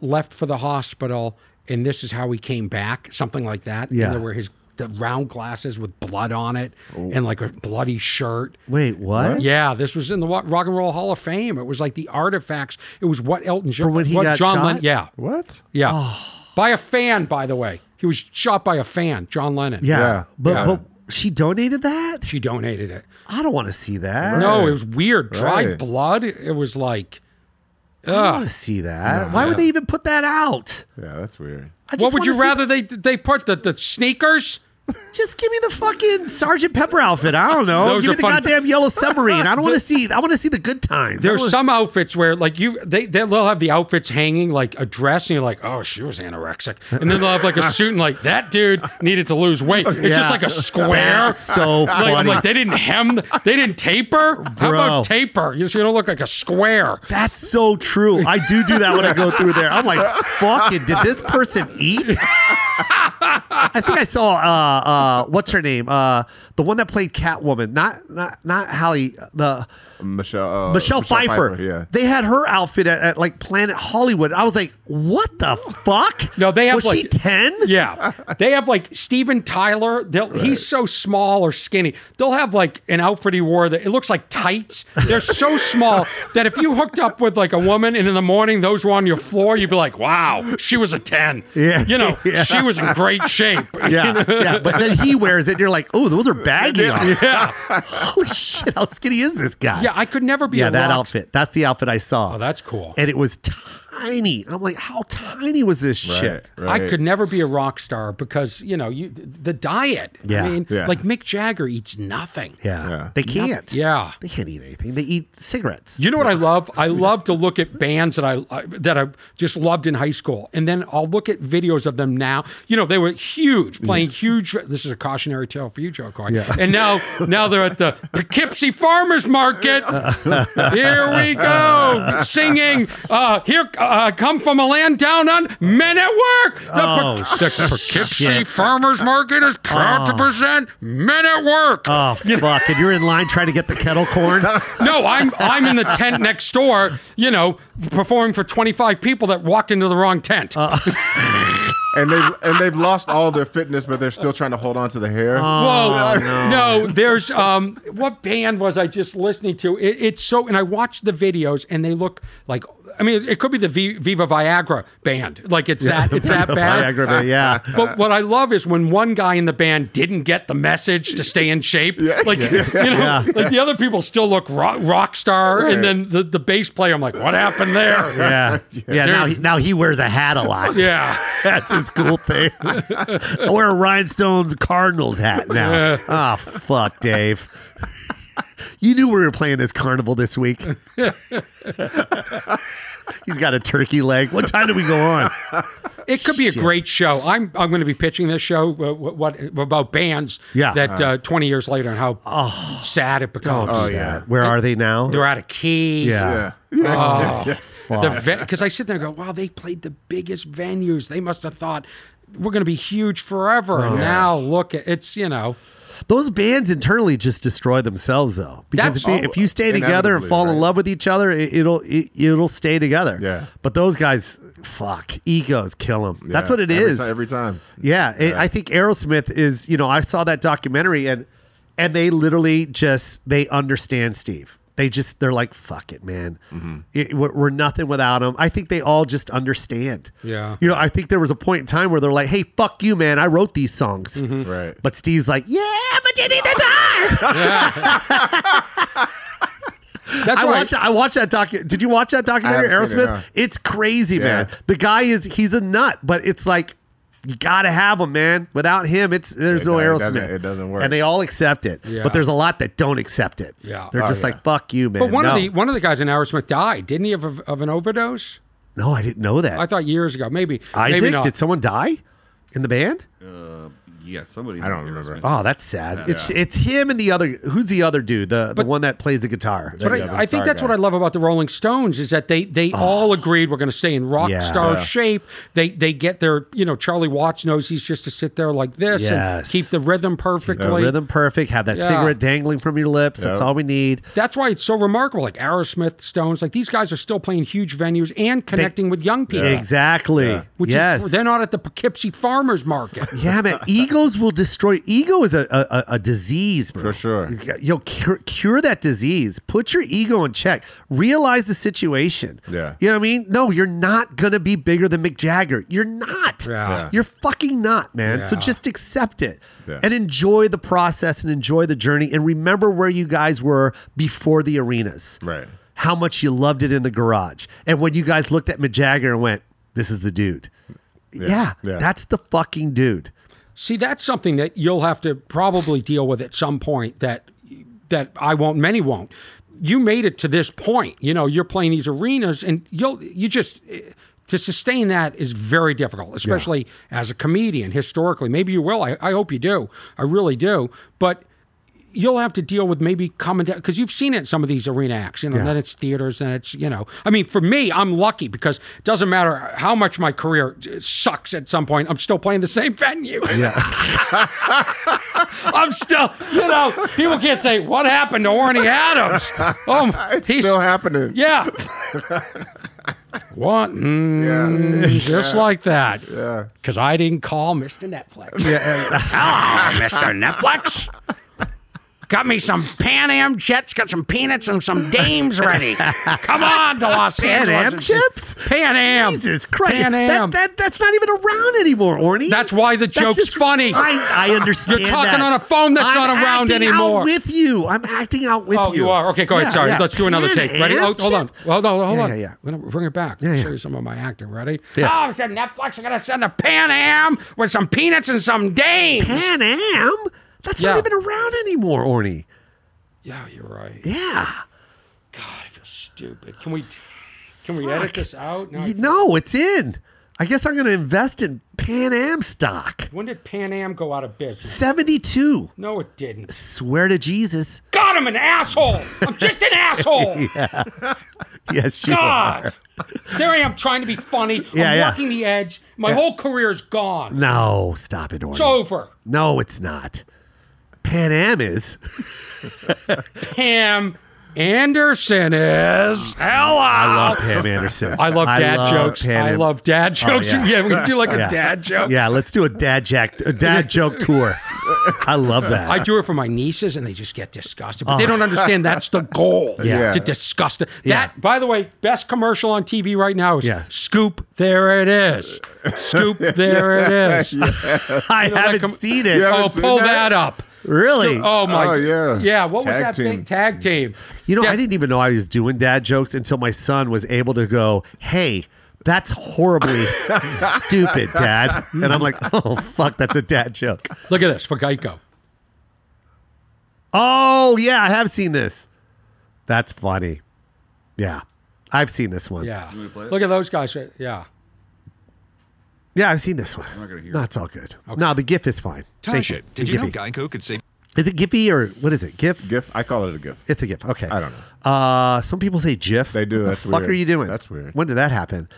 D: left for the hospital, and this is how he came back," something like that.
C: Yeah. Oh.
D: And there were his the round glasses with blood on it, and like a bloody shirt.
C: Wait, what?
D: Yeah, this was in the Wa- Rock and Roll Hall of Fame. It was like the artifacts. It was what Elton John.
C: when he
D: what
C: got
D: John
C: shot? Oh.
D: Lennon. Yeah.
E: What?
D: Yeah. By a fan, by the way. He was shot by a fan, John Lennon.
C: Yeah,
E: Yeah,
C: but
E: yeah.
C: but she donated that.
D: She donated it.
C: I don't want to see that.
D: No, it was weird. Dried
E: Right.
D: blood. It was like,
C: I don't want to see that. Why would they even put that out?
E: Yeah, that's weird.
C: I just
D: what would
C: wanna
D: you
C: see-
D: rather they they put the, the sneakers?
C: Just give me the fucking Sergeant Pepper outfit. I don't know.
D: Those
C: give
D: are
C: me the
D: fun-
C: goddamn yellow submarine. I don't want to see. I want to see the good times.
D: There's some outfits where like you they they'll have the outfits hanging like a dress and you're like, oh, she was anorexic, and then they'll have like a suit and like that dude needed to lose weight. It's
C: Yeah.
D: just like a square.
C: That's so
D: Like, I'm
C: funny.
D: like, they didn't hem, they didn't taper. How
C: Bro.
D: about taper? You, so you don't look like a square.
C: That's so true. I do do that when I go through there. I'm like, fucking, did this person eat? I think I saw uh, uh, what's her name, uh, the one that played Catwoman, not not not Hallie, the
E: Michelle. Uh,
C: Michelle, Pfeiffer.
E: Yeah.
C: They had her outfit at, at like Planet Hollywood. I was like, what the fuck?
D: No, they have,
C: was she
D: like-
C: ten?
D: Yeah, they have like Steven Tyler. They'll, He's so small or skinny. They'll have like an outfit he wore that it looks like tights. They're so small that if you hooked up with like a woman and in the morning those were on your floor, you'd be like, "Wow, she was a ten.
C: Yeah.
D: you know,
C: Yeah.
D: she was in great shape.
C: Yeah, yeah, but then he wears it, and you're like, "Oh, those are baggy." on.
D: yeah,
C: Holy shit! How skinny is this guy?
D: yeah. I could never be.
C: yeah,
D: a
C: that
D: rock-
C: outfit. That's the outfit I saw.
D: Oh, that's cool.
C: and it was tiny. I'm like, how tiny was this shit?
E: right.
D: I could never be a rock star because you know you the diet.
C: Yeah.
D: I mean,
E: Yeah.
D: like Mick Jagger eats nothing.
C: Yeah.
E: Yeah.
C: They can't.
D: Yeah.
C: They can't eat anything. They eat cigarettes.
D: You know what I love? I love to look at bands that I I- that I just loved in high school, and then I'll look at videos of them now. You know, they were huge, playing huge. This is a cautionary tale for you, Joe Coy. And now, now they're at the Poughkeepsie Farmers Market. Here we go, singing. Uh, here, uh, come from a land down on men at work. The,
C: Oh,
D: Pou- the Poughkeepsie Farmers Market is proud to present men at work.
C: Oh fuck! and you're in line trying to get the kettle corn.
D: No, I'm I'm in the tent next door, you know, performing for 25 people that walked into the wrong tent.
E: and they and they've lost all their fitness, but they're still trying to hold on to the hair.
C: Um,
D: Whoa, no. there's um, what band was I just listening to? It, it's so, and I watched the videos, and they look like. I mean, it could be the v- Viva Viagra band, like it's that, it's that bad.
C: Viagra, but yeah.
D: But what I love is when one guy in the band didn't get the message to stay in shape. Like you know, like the other people still look rock, rock star, and then the, the bass player. I'm like, what happened there?
C: Yeah, yeah. now, he, now he wears a hat a lot.
D: yeah.
C: That's his cool thing. I wear a rhinestone Cardinals hat now. Ah, fuck, Dave. You knew we were playing this carnival this week. He's got a turkey leg. What time do we go on?
D: It could be a great show. I'm I'm going to be pitching this show. Uh, what, what about bands?
C: Yeah. Uh-huh.
D: That uh, 20 years later and how sad it becomes.
E: Oh yeah.
C: Where are they now?
D: They're out of key.
C: Yeah.
E: Yeah. Yeah.
D: Because I sit there and go, wow, they played the biggest venues. They must have thought we're going to be huge forever.
C: Oh,
D: and now look, at, it's you know,
C: Those bands internally just destroy themselves, though. Because if,
D: That's-
C: you- if you stay together and
E: Inevitably,
C: fall in
E: right.
C: love with each other, it, it'll it, it'll stay together.
E: Yeah.
C: But those guys, fuck, egos kill them. That's
E: Yeah.
C: what it
E: every
C: is.
E: ti- every time.
C: Yeah, it- I think Aerosmith is. You know, I saw that documentary and and they literally just they understand Steve. They just they're like fuck it, man. It- we're, we're nothing without him. I think they all just understand.
D: Yeah.
C: you know, I think there was a point in time where they're like, hey, fuck you, man. I wrote these songs.
E: Right.
C: But Steve's like, yeah, but you need the time.
D: that's
C: I
D: why.
C: watched. I watched that doc. Did you watch that documentary,
E: haven't seen it,
C: Aerosmith?
E: no.
C: It's crazy, man.
E: Yeah.
C: The guy is he's a nut, but it's like you gotta have him, man. Without him, it's there's
E: It
C: no
E: doesn't-
C: Aerosmith.
E: it doesn't work.
C: and they all accept it.
D: Yeah.
C: But there's a lot that don't accept it.
D: Yeah.
C: they're
E: Oh,
C: just
E: yeah.
C: like fuck you, man.
D: but one
C: no.
D: of the one of the guys in Aerosmith died, didn't he, of, of, of an overdose?
C: no, I didn't know that.
D: I thought years ago, maybe. maybe
C: Isaac,
D: not.
C: did someone die in the band?
A: Yeah, somebody.
E: I don't remember.
C: Oh, that's sad. It's it's him and the other. Who's the other dude? The the one that plays the guitar.
D: But
E: Yeah, the
D: I, I think
E: guitar
D: that's
E: guy.
D: what I love about the Rolling Stones is that they they all agreed we're going to stay in rock
C: Yeah.
D: star
C: Yeah.
D: shape. They they get their you know Charlie Watts knows he's just to sit there like this and
C: Yes.
D: keep the rhythm perfectly.
C: Rhythm perfect. Have that
D: Yeah.
C: cigarette dangling from your lips. That's
E: Yeah.
C: all we need.
D: That's why it's so remarkable. Like Aerosmith, Stones, like these guys are still playing huge venues and connecting with young people.
C: Exactly.
D: Which
C: yes.
D: is they're not at the Poughkeepsie Farmers Market.
C: Yeah, man. Egos will destroy. Ego is a a, a- a disease, bro.
E: For sure.
C: Yo, cure, cure that disease. Put your ego in check. Realize the situation.
E: Yeah.
C: You know what I mean? No, you're not gonna be bigger than Mick Jagger. You're not.
D: Yeah. Yeah.
C: You're fucking not, man. So
D: Yeah.
C: just accept it
E: Yeah.
C: and enjoy the process and enjoy the journey and remember where you guys were before the arenas.
E: Right.
C: How much you loved it in the garage, and when you guys looked at Mick Jagger and went, "This is the dude." Yeah,
E: Yeah.
C: that's the fucking dude.
D: See, that's something that you'll have to probably deal with at some point. That that I won't. Many won't. You made it to this point. You know, you're playing these arenas, and you'll you just eh, to sustain that is very difficult, especially as a comedian. Historically, maybe you will. I, I hope you do. I really do. But you'll have to deal with maybe coming down because you've seen it in some of these arena acts, you know, and then it's theaters and it's, you know, I mean, for me, I'm lucky because it doesn't matter how much my career sucks at some point, I'm still playing the same venue. Yeah. I'm still, you know, people can't say, what happened to Orny Adams? Oh, my- he's
E: Still happening.
D: Yeah. what? Mm,
E: Yeah.
D: Just like that. Yeah. Because I didn't call Mr. Netflix.
E: Yeah.
D: Hello, Mr. Netflix. Got me some Pan Am chips. Got some peanuts and some dames ready. Come on to Los
C: Pan
D: Angeles.
C: Am
D: and-
C: chips?
D: Pan Am.
C: Jesus Christ.
D: Pan
C: That-
D: Am.
C: That, that's not even around anymore, Orny.
D: That's why the
C: That's
D: joke's
C: just-
D: funny.
C: I, I understand.
D: You're talking
C: that.
D: on a phone that's
C: I'm
D: not around
C: acting
D: anymore.
C: Out with you, I'm acting out with
D: Oh,
C: you.
D: you are okay. Go ahead.
C: Yeah,
D: Sorry,
C: yeah.
D: let's do another
C: Pan
D: take. Ready?
C: Am
D: Oh, hold on.
C: chips.
D: Hold on. Hold
C: Yeah,
D: on.
C: yeah, yeah.
D: We're gonna bring it back.
C: yeah.
D: Show you some of my acting. Ready?
C: Yeah.
D: Oh, so Netflix are gonna send a Pan Am with some peanuts and some dames.
C: Pan Am. That's
D: Yeah.
C: not even around anymore, Orny.
D: Yeah, you're right.
C: Yeah.
D: God, I feel stupid. Can we? Can we edit this out? No, I
C: You- No, it's in. I guess I'm going to invest in Pan Am stock.
D: When did Pan Am go out of business?
C: 72.
D: No, it didn't.
C: Swear to Jesus.
D: God, I'm an asshole. I'm just an asshole.
C: Yes, you are.
D: God. There I am trying to be funny.
C: Yeah,
D: I'm
C: yeah.
D: walking the edge. My whole career is gone.
C: No, stop it, Orny.
D: It's over.
C: no, it's not. Pan Am is.
D: Pam Anderson is. Hello.
C: I love Pam Anderson.
D: I love dad jokes.
C: Pan
D: I
C: Am- Oh,
D: love dad jokes.
C: yeah.
D: yeah. we can do like
C: Yeah.
D: a dad joke.
C: Yeah, let's do a dad jack, a dad joke tour. I love that.
D: I do it for my nieces, and they just get disgusted.
C: Oh.
D: But they don't understand that's the goal.
E: Yeah.
D: To disgust it. That, by the way, best commercial on TV right now is
C: Yeah.
D: Scoop. There it is. Scoop. There it is.
C: I haven't
D: com-
C: seen it.
E: Yeah.
D: Oh,
E: haven't seen
D: pull
E: that?
D: that, up.
C: Really?
D: Oh my.
E: Oh, yeah.
D: Yeah. What was
E: Tag
D: that
E: team.
D: big tag team?
C: you know,
D: yeah.
C: I didn't even know I was doing dad jokes until my son was able to go, hey, that's horribly stupid, Dad. And I'm like, oh, fuck, that's a dad joke.
D: Look at this for Geico.
C: Oh, yeah, I have seen this. That's funny. Yeah, I've seen this one.
D: Yeah.
A: me to play it?
D: Look at those guys. right- Yeah.
C: Yeah, I've seen this one. I'm
A: not gonna hear it.
C: No, it's all good. No, the GIF is fine. Thank
F: Tasha,
C: The
F: did you know
C: Giphy.
F: Geico could save
C: Is it Giphy or what is it? GIF?
E: GIF. I call it a GIF.
C: It's a GIF. Okay.
E: I don't
C: know. Uh, some people say GIF.
E: They do.
C: What
E: That's
C: the fuck
E: weird.
C: are you doing?
E: That's weird.
C: When did that happen?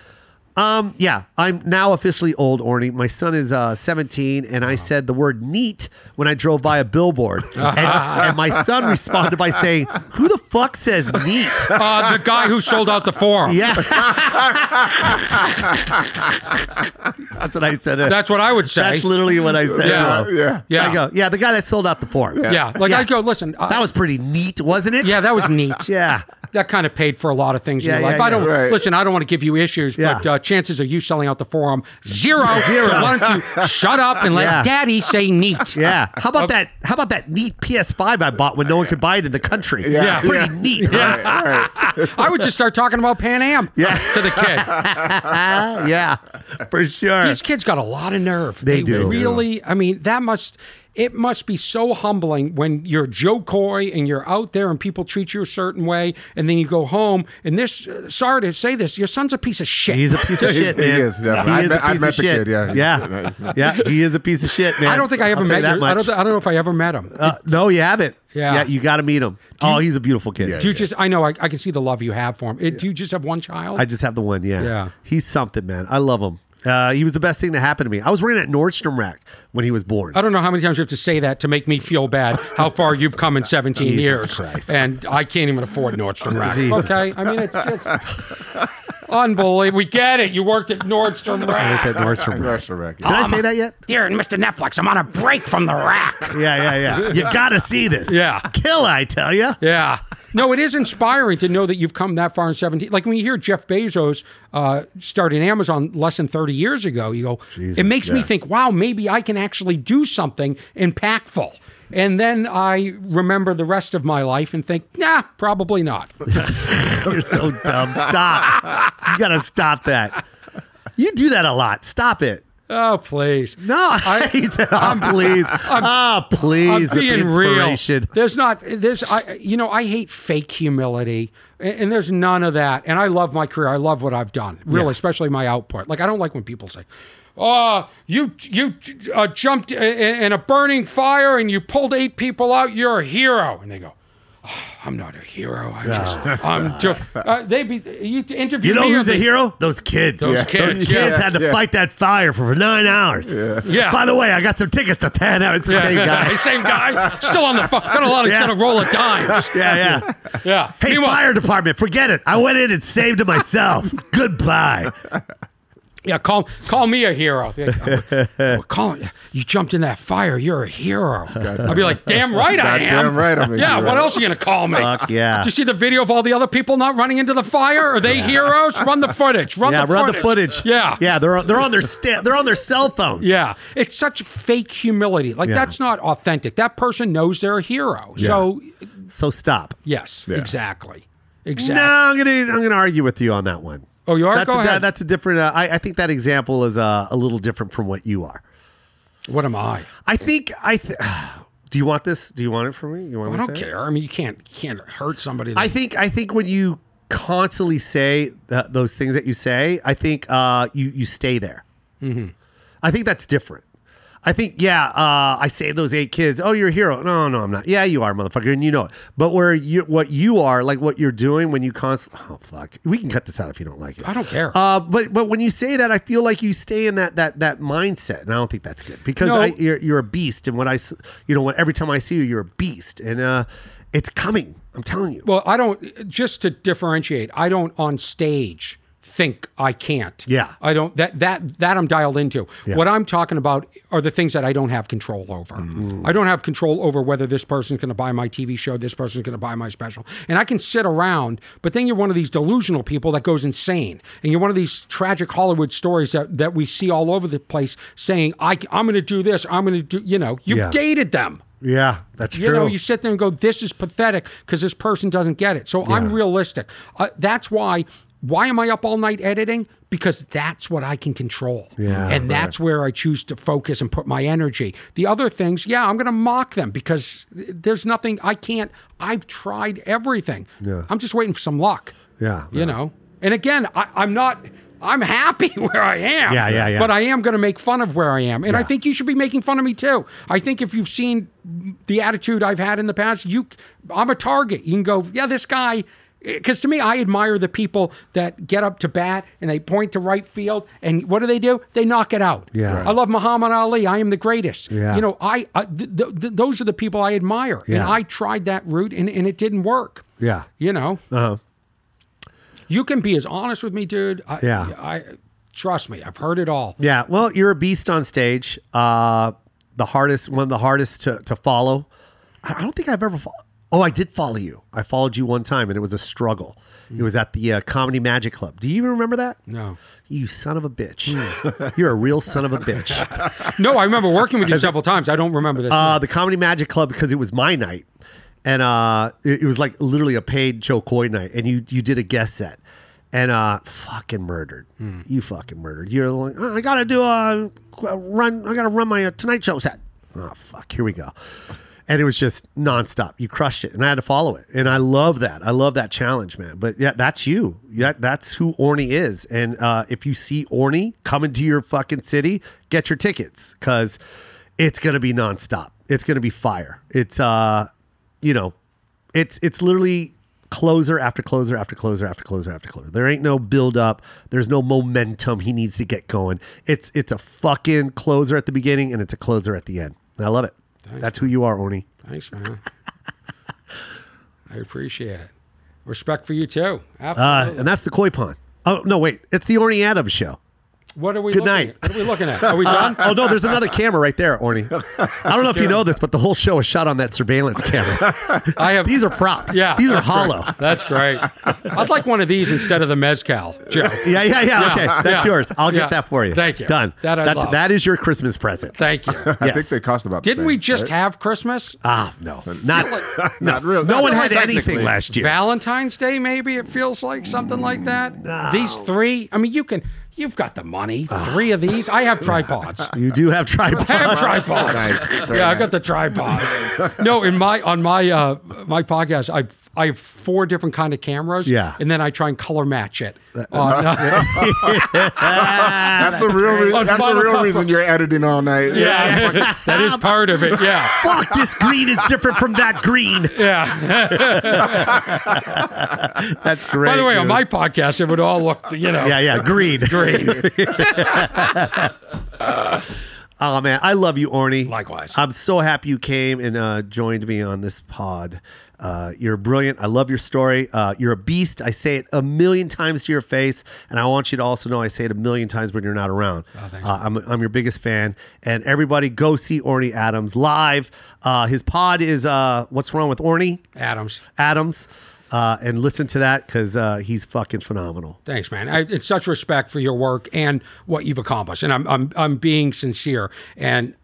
C: Um, yeah, I'm now officially old, Orny. My son is uh, 17, and
E: Uh-huh.
C: I said the word "neat" when I drove by a billboard, and, and my son responded by saying, "Who the fuck says neat?"
D: Uh, the guy who sold out the forum.
C: Yeah, that's what I said. to-
D: That's what I would say.
C: that's literally what I said.
D: Yeah.
C: to him.
E: Uh, Yeah.
D: yeah.
C: I go, Uh, yeah, the guy that sold out the form.
D: Yeah. Like
C: Yeah.
D: I go. Listen. I,
C: that was pretty neat, wasn't it?
D: Yeah, that was neat.
C: yeah.
D: That kind of paid for a lot of things
C: Yeah,
D: in your
C: yeah,
D: life. I
C: yeah.
D: don't
E: Right.
D: listen. I don't want to give you issues,
C: Yeah.
D: but uh, chances of you selling out the forum zero. zero. So why don't you shut up and let
C: Yeah.
D: Daddy say neat?
C: Yeah. How
D: Uh,
C: about that? How about that neat PS5 I bought when no one could buy it in the country?
E: Yeah.
C: Pretty neat. huh?
D: Yeah. I would just start talking about Pan Am
C: Yeah.
D: to the kid.
C: Ah, yeah. For sure.
D: These kids got a lot of nerve.
C: They do.
D: Really, I mean, that must it must be so humbling when you're Joe Coy and you're out there and people treat you a certain way, and then you go home and this. uh, Sorry to say this, your son's a piece of shit.
C: He's a piece of
E: He's-
C: shit,
E: he
C: man.
E: is, yeah. I
C: He is
E: met-
C: a
E: I
C: piece of
E: met the
C: shit.
E: kid, yeah.
C: Yeah. Yeah. He is a piece of shit, man.
D: I don't think I ever
C: I'll tell
D: met.
C: you that
D: your- I
C: much.
D: don't. I don't know if I ever met him.
C: Uh, no, you haven't.
D: Yeah.
C: you got to meet him. oh, he's a beautiful kid.
E: Yeah.
D: Do you just? I know. I, I can see the love you have for him. It, Do you just have one child?
C: I just have the one. Yeah.
D: Yeah.
C: He's something, man. I love him. Uh, he was the best thing that happened to me. I was working at Nordstrom Rack when he was born.
D: I don't know how many times you have to say that to make me feel bad. How far you've come in 17
C: Jesus
D: years,
C: Christ.
D: and I can't even afford Nordstrom Rack.
C: Jesus.
D: Okay, I mean it's just unbelievable. We get it. You worked at Nordstrom Rack.
C: at Nordstrom Rack.
E: Rush the wreck.
C: Did I say that yet?
D: Dear Mr. Netflix, I'm on a break from the rack.
C: Yeah, yeah, yeah. You got to see this.
D: Yeah.
C: Kill, I tell you.
D: Yeah. No, it is inspiring to know that you've come that far in 17. Like when you hear Jeff Bezos uh, starting Amazon less than 30 years ago, you go, it makes me think, wow, maybe I can actually do something impactful. And then I remember the rest of my life and think, nah, probably not.
C: You're so dumb. Stop. You gotta stop that. You do that a lot. Stop it.
D: oh, please.
C: No, I, he said, oh, please. oh, please.
D: I'm
C: with the
D: being real.
C: inspiration.
D: There's not there's I you know I hate fake humility and, and there's none of that. And I love my career. I love what I've done. Really, especially my output. Like I don't like when people say, "Oh, you you uh, jumped i- i- in a burning fire and you pulled eight people out. You're a hero." And they go. "Oh, I'm not a hero. I just, I'm just. Uh, they be you interview
C: You know
D: me.
C: who's
D: or
C: a
D: they-
C: hero? Those kids.
D: Those Yeah. kids,
C: Those kids
D: yeah.
C: had to
E: Yeah.
C: fight that fire for nine hours. Yeah.
D: Yeah.
C: By the way, I got some tickets to Pan Out. It's the same guy.
D: Same guy. Still on the phone. Got a lot. Of,
C: Yeah.
D: He's got a roll of dimes.
C: Yeah, yeah.
D: Yeah.
C: Hey,
D: Meanwhile-
C: fire department, forget it. I went in and saved it myself. Goodbye.
D: Yeah, call call me a hero. Be like, "Oh, oh, call you jumped in that fire. You're a hero. I'd be like, damn right I am.
E: Goddamn right I'm a
D: yeah.
E: hero.
D: What else are you gonna call me?
C: Fuck yeah.
D: Do you see the video of all the other people not running into the fire? Are they heroes? Run the footage. Run
C: yeah,
D: the
C: run
D: footage.
C: the footage.
D: Yeah.
C: yeah, they're they're on their sta- they're on their cell phones.
D: Yeah, it's such fake humility. Like that's not authentic. That person knows they're a hero. So
C: So stop.
D: yes, exactly, exactly.
C: No, I'm gonna I'm gonna argue with you on that one.
D: Oh, you are.
C: That's a,
D: Go ahead.
C: that's a different. Uh, I, I think that example is uh, a little different from what you are.
D: what am I?
C: I think I. Th- Do you want this? Do you want it from me? You want?
D: I
C: me to
D: don't
C: say it?
D: care. I mean, you can't you can't hurt somebody. That,
C: I think I think when you constantly say th- those things that you say, I think uh, you you stay there.
D: Mm-hmm.
C: I think that's different. I think yeah, uh, I saved those eight kids. Oh, you're a hero. No, no, I'm not. Yeah, you are, motherfucker, and you know it. But where you what you are, like what you're doing when you constantly. Oh fuck, we can cut this out if you don't like it.
D: I don't care.
C: Uh, but but when you say that, I feel like you stay in that that that mindset, and I don't think that's good because
D: No.
C: I, you're you're a beast, and when I s- you know when every time I see you, you're a beast, and uh, it's coming. I'm telling you.
D: Well, I don't. Just to differentiate, I don't on stage think I can't.
C: Yeah.
D: I don't. That that that I'm dialed into. What I'm talking about are the things that I don't have control over.
C: Mm.
D: I don't have control over whether this person's going to buy my TV show, this person's going to buy my special, and I can sit around. But then you're one of these delusional people that goes insane, and you're one of these tragic Hollywood stories that that we see all over the place, saying I I'm going to do this, I'm going to do. You know, you've
C: Yeah.
D: dated them.
C: Yeah, that's
D: You know, you sit there and go, "This is pathetic," because this person doesn't get it. So I'm realistic. Uh, that's why. Why am I up all night editing? Because that's what I can control,
C: Yeah,
D: and that's where I choose to focus and put my energy. The other things, yeah, I'm going to mock them because there's nothing I can't. I've tried everything.
C: Yeah.
D: I'm just waiting for some luck.
C: yeah,
D: You know, and again, I, I'm not. I'm happy where I am.
C: Yeah, yeah, yeah.
D: But I am going to make fun of where I am, and I think you should be making fun of me too. I think if you've seen the attitude I've had in the past, you, I'm a target. You can go, yeah, this guy. Because to me, I admire the people that get up to bat and they point to right field, and what do they do? They knock it out.
C: Yeah.
D: I love Muhammad Ali. I am the greatest.
C: Yeah.
D: You know, I, I th- th- th- those are the people I admire, and
C: Yeah.
D: I tried that route, and, and it didn't work.
C: yeah.
D: You know.
C: Uh-huh.
D: You can be as honest with me, dude. I,
C: Yeah.
D: I trust me. I've heard it all.
C: Yeah. Well, you're a beast on stage. Uh, the hardest, one of the hardest to, to follow. I I don't think I've ever. Fo- oh, I did follow you. I followed you one time, and it was a struggle.
D: Mm.
C: It was at the uh, Comedy Magic Club. Do you even remember that?
D: No.
C: You son of a bitch.
D: Mm.
C: you're a real son of a bitch.
D: No, I remember working with you several times. I don't remember this.
C: uh, the Comedy Magic Club because it was my night, and uh, it, it was like literally a paid Joe Coy night, and you you did a guest set, and uh, fucking murdered. You fucking murdered. You're like, "Oh, I gotta do a, a run. I gotta run my uh, Tonight Show set. Oh fuck, here we go. And it was just nonstop. You crushed it, and I had to follow it. And I love that. I love that challenge, man. But yeah, that's you. Yeah, that's who Orny is. And uh, if you see Orny coming to your fucking city, get your tickets because it's gonna be nonstop. It's gonna be fire. It's uh, you know, it's it's literally closer after closer after closer after closer after closer. There ain't no build up. There's no momentum. He needs to get going. It's it's a fucking closer at the beginning and it's a closer at the end. And I love it. That's who you are, Orny.
D: Thanks, man. I appreciate it. Respect for you too.
C: Uh,
D: Absolutely.
C: and that's the koi pond. Oh no, wait, it's the Orny Adams show.
D: what are we?
C: good
D: looking
C: night.
D: At? What are we looking at? Are we done?
C: Oh no, there's another camera right there, Orny. I don't know if you know this, but the whole show is shot on that surveillance camera.
D: I have.
C: These are props.
D: Yeah,
C: these are
D: that's
C: hollow.
D: That's great. I'd like one of these instead of the mezcal, Joe.
C: Yeah, yeah, yeah, Okay, that's
D: yeah,
C: yours. I'll
D: yeah.
C: get that for you.
D: Thank you.
C: Done.
D: That I
C: That's
D: love.
C: that is your Christmas present.
D: Thank you.
E: I think they cost about. The
D: Didn't we
E: same,
D: just
E: right?
D: have Christmas?
C: Ah, no, not
E: Not really.
C: no
E: Not
C: one
E: really
C: had anything
E: technically.
C: last year.
D: Valentine's Day, maybe it feels like something like that. These three, I mean, you can, you've got the money. Three of these, I have tripods.
C: you do have tripods.
D: I have tripods. yeah, I got the tripods. no, in my on my uh, my podcast, I I have four different kind of cameras.
C: Yeah.
D: and then I try and color match it. on, uh,
E: That's the real. Re-
D: On
E: that's the
D: Final
E: real
D: Cut.
E: reason you're editing all night.
D: yeah, that is part of it. Yeah.
C: Fuck, this green is different from that green.
D: Yeah.
C: That's great.
D: By the way, on
C: dude.
D: my podcast, it would all look, you know,
C: yeah, yeah, green.
D: green.
C: Oh man, I love you, Orny.
D: Likewise.
C: I'm so happy you came and uh, joined me on this pod. Uh, you're brilliant. I love your story. Uh, you're a beast. I say it a million times to your face, and I want you to also know I say it a million times when you're not around.
D: thanks.
C: Uh, I'm, I'm your biggest fan, and everybody go see Orny Adams live. Uh, his pod is uh, "What's Wrong with Orny
D: Adams.
C: Adams," uh, and listen to that because uh, he's fucking phenomenal.
D: Thanks, man. I, it's such respect for your work and what you've accomplished, and I'm I'm I'm being sincere. And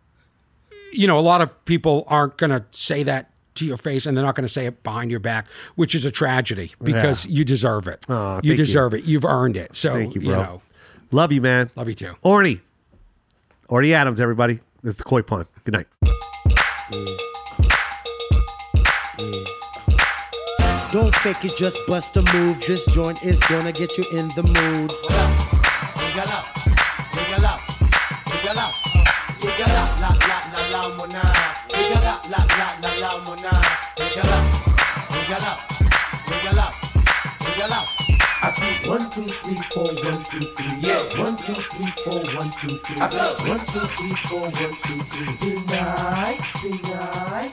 D: you know, a lot of people aren't going to say that to your face, and they're not going to say it behind your back, which is a tragedy because you deserve it. you
C: thank you.
D: deserve it. You've earned it. So
C: Thank you,
D: you,
C: bro.
D: know,
C: Love you, man.
D: love you too.
C: Orny. Orny Adams, everybody. This is the Koi Pond. Good night.
F: Don't fake it, just bust a move. This joint is gonna get you in the mood.
G: I see one, two, three, four, one, two, three. Yeah, one, two, three, four, one, two, three. I see one, two, three, four, one, two, three. Deny, deny.